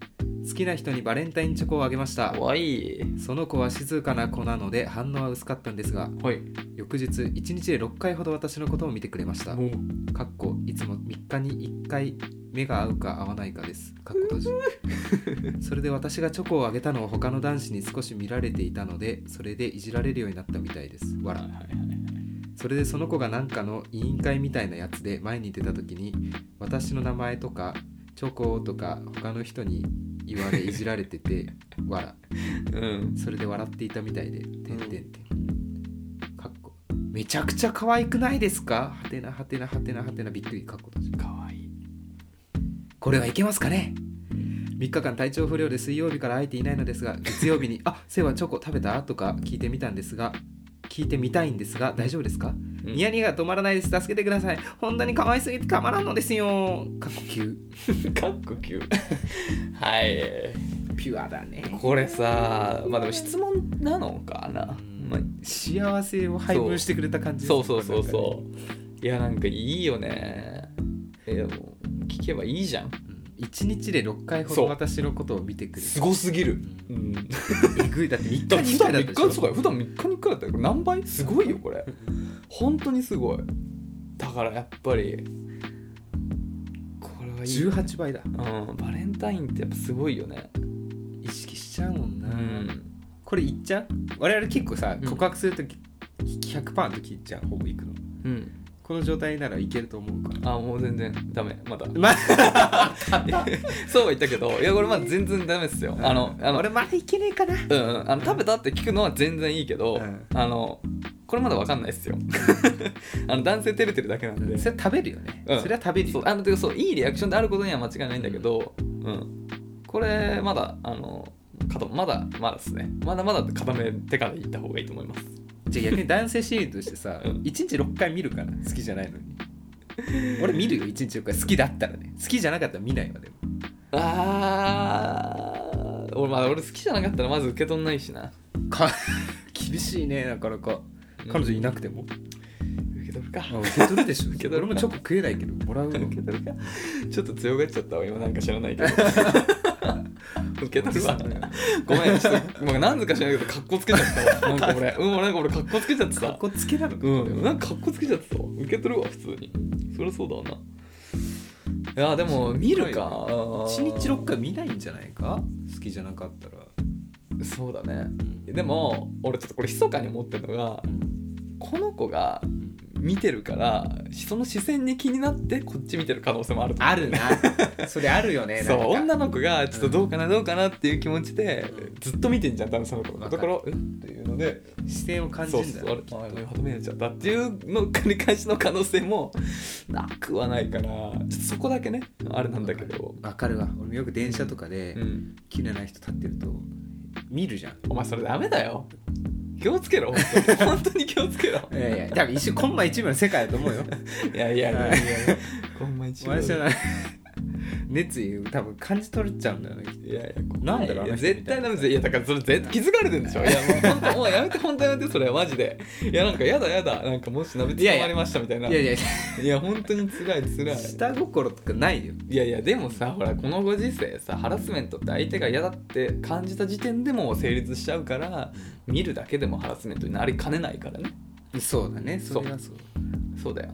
Speaker 1: 好きな人にバレンタインチョコをあげました
Speaker 2: かわいい
Speaker 1: その子は静かな子なので反応は薄かったんですが
Speaker 2: はい
Speaker 1: 翌日1日で6回ほど私のことを見てくれました
Speaker 2: もう
Speaker 1: かっこいつも3日に1回目が合うか合わないかですかっこ閉じそれで私がチョコをあげたのを他の男子に少し見られていたのでそれでいじられるようになったみたいですわらそれでその子がなんかの委員会みたいなやつで前に出た時に私の名前とかチョコとか他の人に言われいじられてて わら
Speaker 2: うん
Speaker 1: それで笑っていたみたいで、てんてんてん。かっこ。めちゃくちゃ可愛くないですかはてなはてなはてなはてなびっくりかっこ閉じ
Speaker 2: かわいい
Speaker 1: これはいけますかね ?3 日間体調不良で水曜日から会えていないのですが、月曜日に、あ、セイはチョコ食べたとか聞いてみたんですが、聞いてみたいんですが、大丈夫ですか
Speaker 2: うん
Speaker 1: ニヤニヤが止まらないです助けてください本当に可愛すぎてたまらんのですよかっこ9
Speaker 2: かっこ9 はい
Speaker 1: ピュアだね
Speaker 2: これさまあでも質問なのかな、まあ
Speaker 1: 幸せを配分してくれた感じ
Speaker 2: そうそうそうそういやなんかいいよねいやもう聞けばいいじゃん
Speaker 1: 1日で6回ほ
Speaker 2: そ
Speaker 1: ど
Speaker 2: う
Speaker 1: 私のことを見てくれる
Speaker 2: すごすぎるうん
Speaker 1: えぐいだって3
Speaker 2: だ
Speaker 1: 日
Speaker 2: から
Speaker 1: に
Speaker 2: 普
Speaker 1: 1回だった
Speaker 2: 段3日
Speaker 1: でしょ
Speaker 2: そうだよ普段3日に1回だったよ何倍すごいよこれ本当にすごいだからやっぱりこれはいい、
Speaker 1: 18倍だ
Speaker 2: うん、バレンタインってやっぱすごいよね
Speaker 1: 意識しちゃうもんな、
Speaker 2: うん
Speaker 1: これ言っちゃう我々結構さ
Speaker 2: うん
Speaker 1: 告白するとき100%の時じゃんほぼ行くの
Speaker 2: うん
Speaker 1: この状態ならいけると思うから
Speaker 2: あもう全然ダメまだ
Speaker 1: まあ、
Speaker 2: そうは言ったけどいやこれまだ全然ダメっすよあのあの
Speaker 1: 俺まだいけねえかな
Speaker 2: うんうん、あの食べたって聞くのは全然いいけど、
Speaker 1: うん
Speaker 2: あのこれまだわかんないっすよ あの男性照れてるだけなんで、
Speaker 1: それは食べるよね、
Speaker 2: うん
Speaker 1: それは食べる
Speaker 2: そう
Speaker 1: よ
Speaker 2: あのてかそういいリアクションであることには間違いないんだけど、うん、これまだあの固まだまだですねまだまだ固めてから行った方がいいと思います
Speaker 1: じゃあ逆に男性シーンとしてさ
Speaker 2: うん
Speaker 1: 1日6回見るから好きじゃないのに俺見るよ1日6回好きだったらね好きじゃなかったら見ないわでも
Speaker 2: あー俺,、まあ、俺好きじゃなかったらまず受け取んないしな
Speaker 1: か 厳しいねなかなか彼女いなくても、
Speaker 2: 受け取るか
Speaker 1: あ受け取るでしょ
Speaker 2: 受け取る
Speaker 1: 俺もチョコ食えないけどもらうの
Speaker 2: 受け取るかちょっと強がっちゃったわ今なんか知らな いけど受け取るわごめんちょっともう何故か知らないけど格好つけちゃったわなんか俺 うんなんか俺格好つけちゃって
Speaker 1: かったこつけなのか、
Speaker 2: うんなんか格好つけちゃってたわ受け取るわ普通にそりゃそうだわないやでも見るか
Speaker 1: 1日6回見ないんじゃないか好きじゃなかったら、
Speaker 2: そうだねでも俺ちょっとこれ密かに思ってるのがこの子が見てるからその視線に気になってこっち見てる可能性もあると思う
Speaker 1: あるなそれあるよね
Speaker 2: そう
Speaker 1: なんか
Speaker 2: 女の子がちょっとどうかなどうかなっていう気持ちでずっと見てんじゃん男性の子の
Speaker 1: わ
Speaker 2: と
Speaker 1: かる
Speaker 2: ころうんっていうので
Speaker 1: 視線を感じ
Speaker 2: そう
Speaker 1: るんだ
Speaker 2: そう
Speaker 1: よ
Speaker 2: あれあやばい目に遭っちゃったっていうの繰り返しの可能性もなくはないからちょっとそこだけねあれなんだけど、
Speaker 1: わかるわ俺もよく電車とかで
Speaker 2: うん、
Speaker 1: 綺麗な人立ってると見るじゃん
Speaker 2: お前それダメだよ気をつけろ本当に 本当に気をつけ ろ
Speaker 1: いやいや多分一瞬コンマ1秒の世界だと思 うよ
Speaker 2: いやいやいやいやいやこんま一
Speaker 1: 私は熱意を多分感じ取れちゃうんだよね
Speaker 2: いやいやこ
Speaker 1: なんだろうあ
Speaker 2: い
Speaker 1: の人みたいな
Speaker 2: や絶対ダメですいやだからそれ絶気づかれてるんでしょいやもう本 当もうやめて本当やめてそれマジでいやなんかやだやだなんかもし鍋つかまりましたみたいない
Speaker 1: やいや
Speaker 2: いや本当につらいつらい
Speaker 1: 下心とかないよ
Speaker 2: いやいやでもさほらこのご時世さハラスメントって相手が嫌だって感じた時点でもう成立しちゃうから見るだけでもハラスメントになりかねないからね
Speaker 1: そうだね
Speaker 2: そ
Speaker 1: そ
Speaker 2: れ
Speaker 1: れ
Speaker 2: は
Speaker 1: はそう
Speaker 2: そうだよ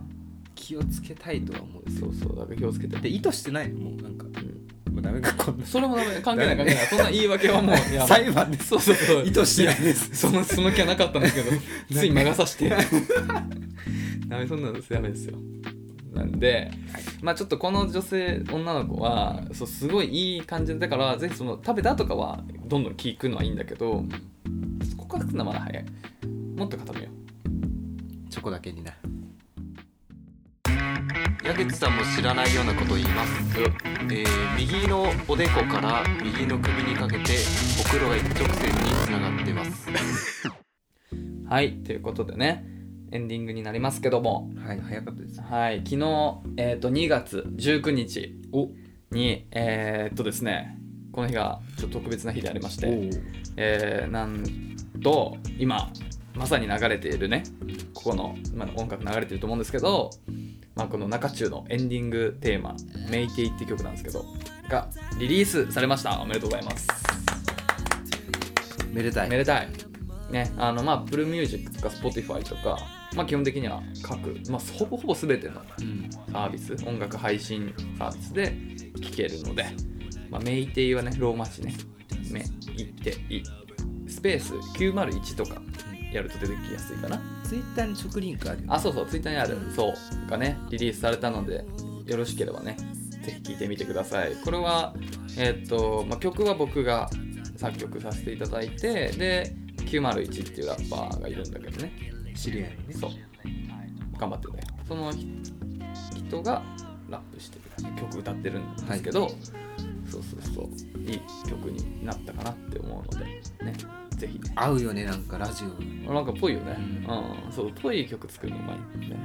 Speaker 1: 気をつけたいとは思う
Speaker 2: そうそうだから気をつけて
Speaker 1: で意図してないのもうなんか
Speaker 2: うん
Speaker 1: もうダメかこんな
Speaker 2: それもダメ関係ない
Speaker 1: ダ
Speaker 2: 関
Speaker 1: メ
Speaker 2: 係ないそんな言い訳はもうやばい
Speaker 1: 裁判です
Speaker 2: そうそうそう
Speaker 1: 意図してないです
Speaker 2: そのその 気はなかったんですけどつい魔が差して ダメそんなのダメですよなんで、まあちょっとこの女性女の子はそうすごいいい感じでだからぜひその食べたとかはどんどん聞くのはいいんだけど告白するのはまだ早いもっと固めよ
Speaker 1: チョコだけにな
Speaker 5: う矢口さんも知らないようなことを言います、えー右のおでこから右の首にかけてほくろが一直線につながってます
Speaker 2: うはいということでねエンディングになりますけども
Speaker 1: はい早かったです
Speaker 2: はい昨日、えー、と2月19日にえーっとですねこの日がちょっと特別な日でありましてえーなんと今まさに流れているねここの今の音楽流れてると思うんですけど、まあ、この中中のエンディングテーマ「メイテイ」っていう曲なんですけどがリリースされましたおめでとうございます
Speaker 1: めでたい
Speaker 2: めでたいねあのまあ Apple Music とか Spotify とか、まあ、基本的には各、まあ、ほぼほぼ全ての
Speaker 1: うん
Speaker 2: サービス音楽配信サービスで聴けるので、まあ、メイテイはねローマ字ねメイテイスペース901とかやると出てきやすいかな
Speaker 1: ツイッターに直リンクあるよ
Speaker 2: あそうそうツイッターにあるそうがねリリースされたのでよろしければねぜひ聴いてみてくださいこれはえーっと、まあ、曲は僕が作曲させていただいてで901っていうラッパーがいるんだけどね
Speaker 1: 知り合いのね
Speaker 2: そう頑張ってねその人がラップしてる曲歌ってるんですけど、そうそうそういい曲になったかなって思うのでねぜひ
Speaker 1: 合うよねなんかラジオ
Speaker 2: なんかぽいよね
Speaker 1: う
Speaker 2: うんそうぽい曲作るのうまいね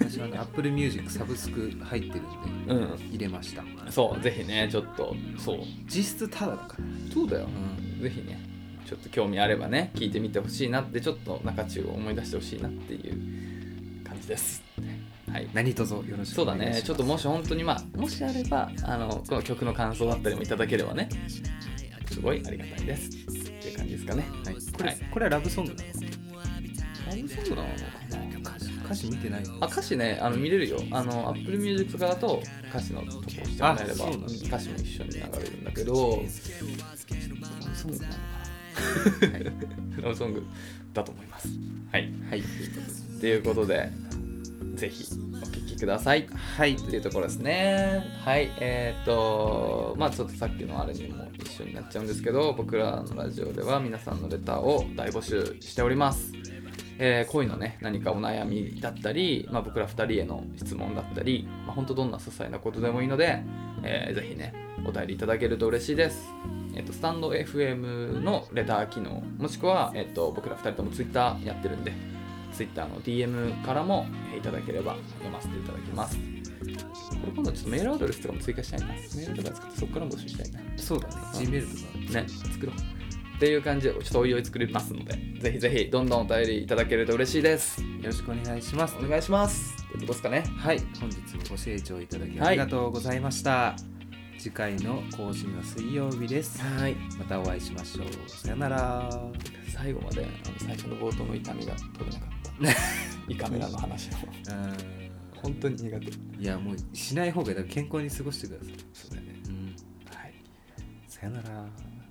Speaker 1: 私はね Apple Music サブスク入ってるんで
Speaker 2: うん
Speaker 1: 入れました
Speaker 2: そうぜひねちょっとそう
Speaker 1: 実質ただだから、
Speaker 2: そうだよ
Speaker 1: うん、
Speaker 2: ぜひねちょっと興味あればね聞いてみてほしいなってちょっと中中を思い出してほしいなっていう感じですはい
Speaker 1: 何卒よろしく
Speaker 2: そ
Speaker 1: お
Speaker 2: うだ
Speaker 1: 願いします
Speaker 2: ねちょっともし本当にまあもしあればあのこの曲の感想だったりもいただければねすごいありがたいですっていう感じですかね
Speaker 1: はい、こ
Speaker 2: は
Speaker 1: れ、
Speaker 2: い
Speaker 1: これはラブソングな
Speaker 2: ラブソングなのかな
Speaker 1: の歌詞歌詞見てないの
Speaker 2: あ歌詞ねあの見れるよあの Apple Music とかだと歌詞のとこ押してもらえれば
Speaker 1: あそうなんだ
Speaker 2: 歌詞も一緒に流れるんだけどラブソングなのかな はいラブソングだと思いますはいはいということでぜひお聴きください
Speaker 1: はい
Speaker 2: っていうところですねはいえっ、とまあちょっとさっきのあれにも一緒になっちゃうんですけど僕らのラジオでは皆さんのレターを大募集しております、えー恋のね何かお悩みだったり、まあ、僕ら2人への質問だったり、まあ、本当どんな些細なことでもいいので、えーぜひねお便りいただけると嬉しいですえっとスタンド FM のレター機能もしくは、えっと僕ら2人とも Twitter やってるんで Twitter の DM からもえーいただければ読ませていただきますこれ今度ちょっとメールアドレスとかも追加したいな。メールとか作ってそこから募集したいな。
Speaker 1: そうだね Gmail とか
Speaker 2: ね、作ろう。っていう感じで、ちょっとおいおい作りますので、ぜひぜひどんどんお便りいただけると嬉しいです。
Speaker 1: よろしくお願いします
Speaker 2: お願いします。ってことですかね。
Speaker 1: はい本日もご清聴いただきありがとうございました、次回の更新は水曜日です
Speaker 2: はい。
Speaker 1: またお会いしましょうさよなら
Speaker 2: 最後まで、あの最初の冒頭の痛みが取れなか った。イカメラの話
Speaker 1: う
Speaker 2: の。
Speaker 1: ー
Speaker 2: 本当に苦手。
Speaker 1: んいやもうしない方がいいだから健康に過ごしてください
Speaker 2: そうだよね。
Speaker 1: うん
Speaker 2: はい。
Speaker 1: さよなら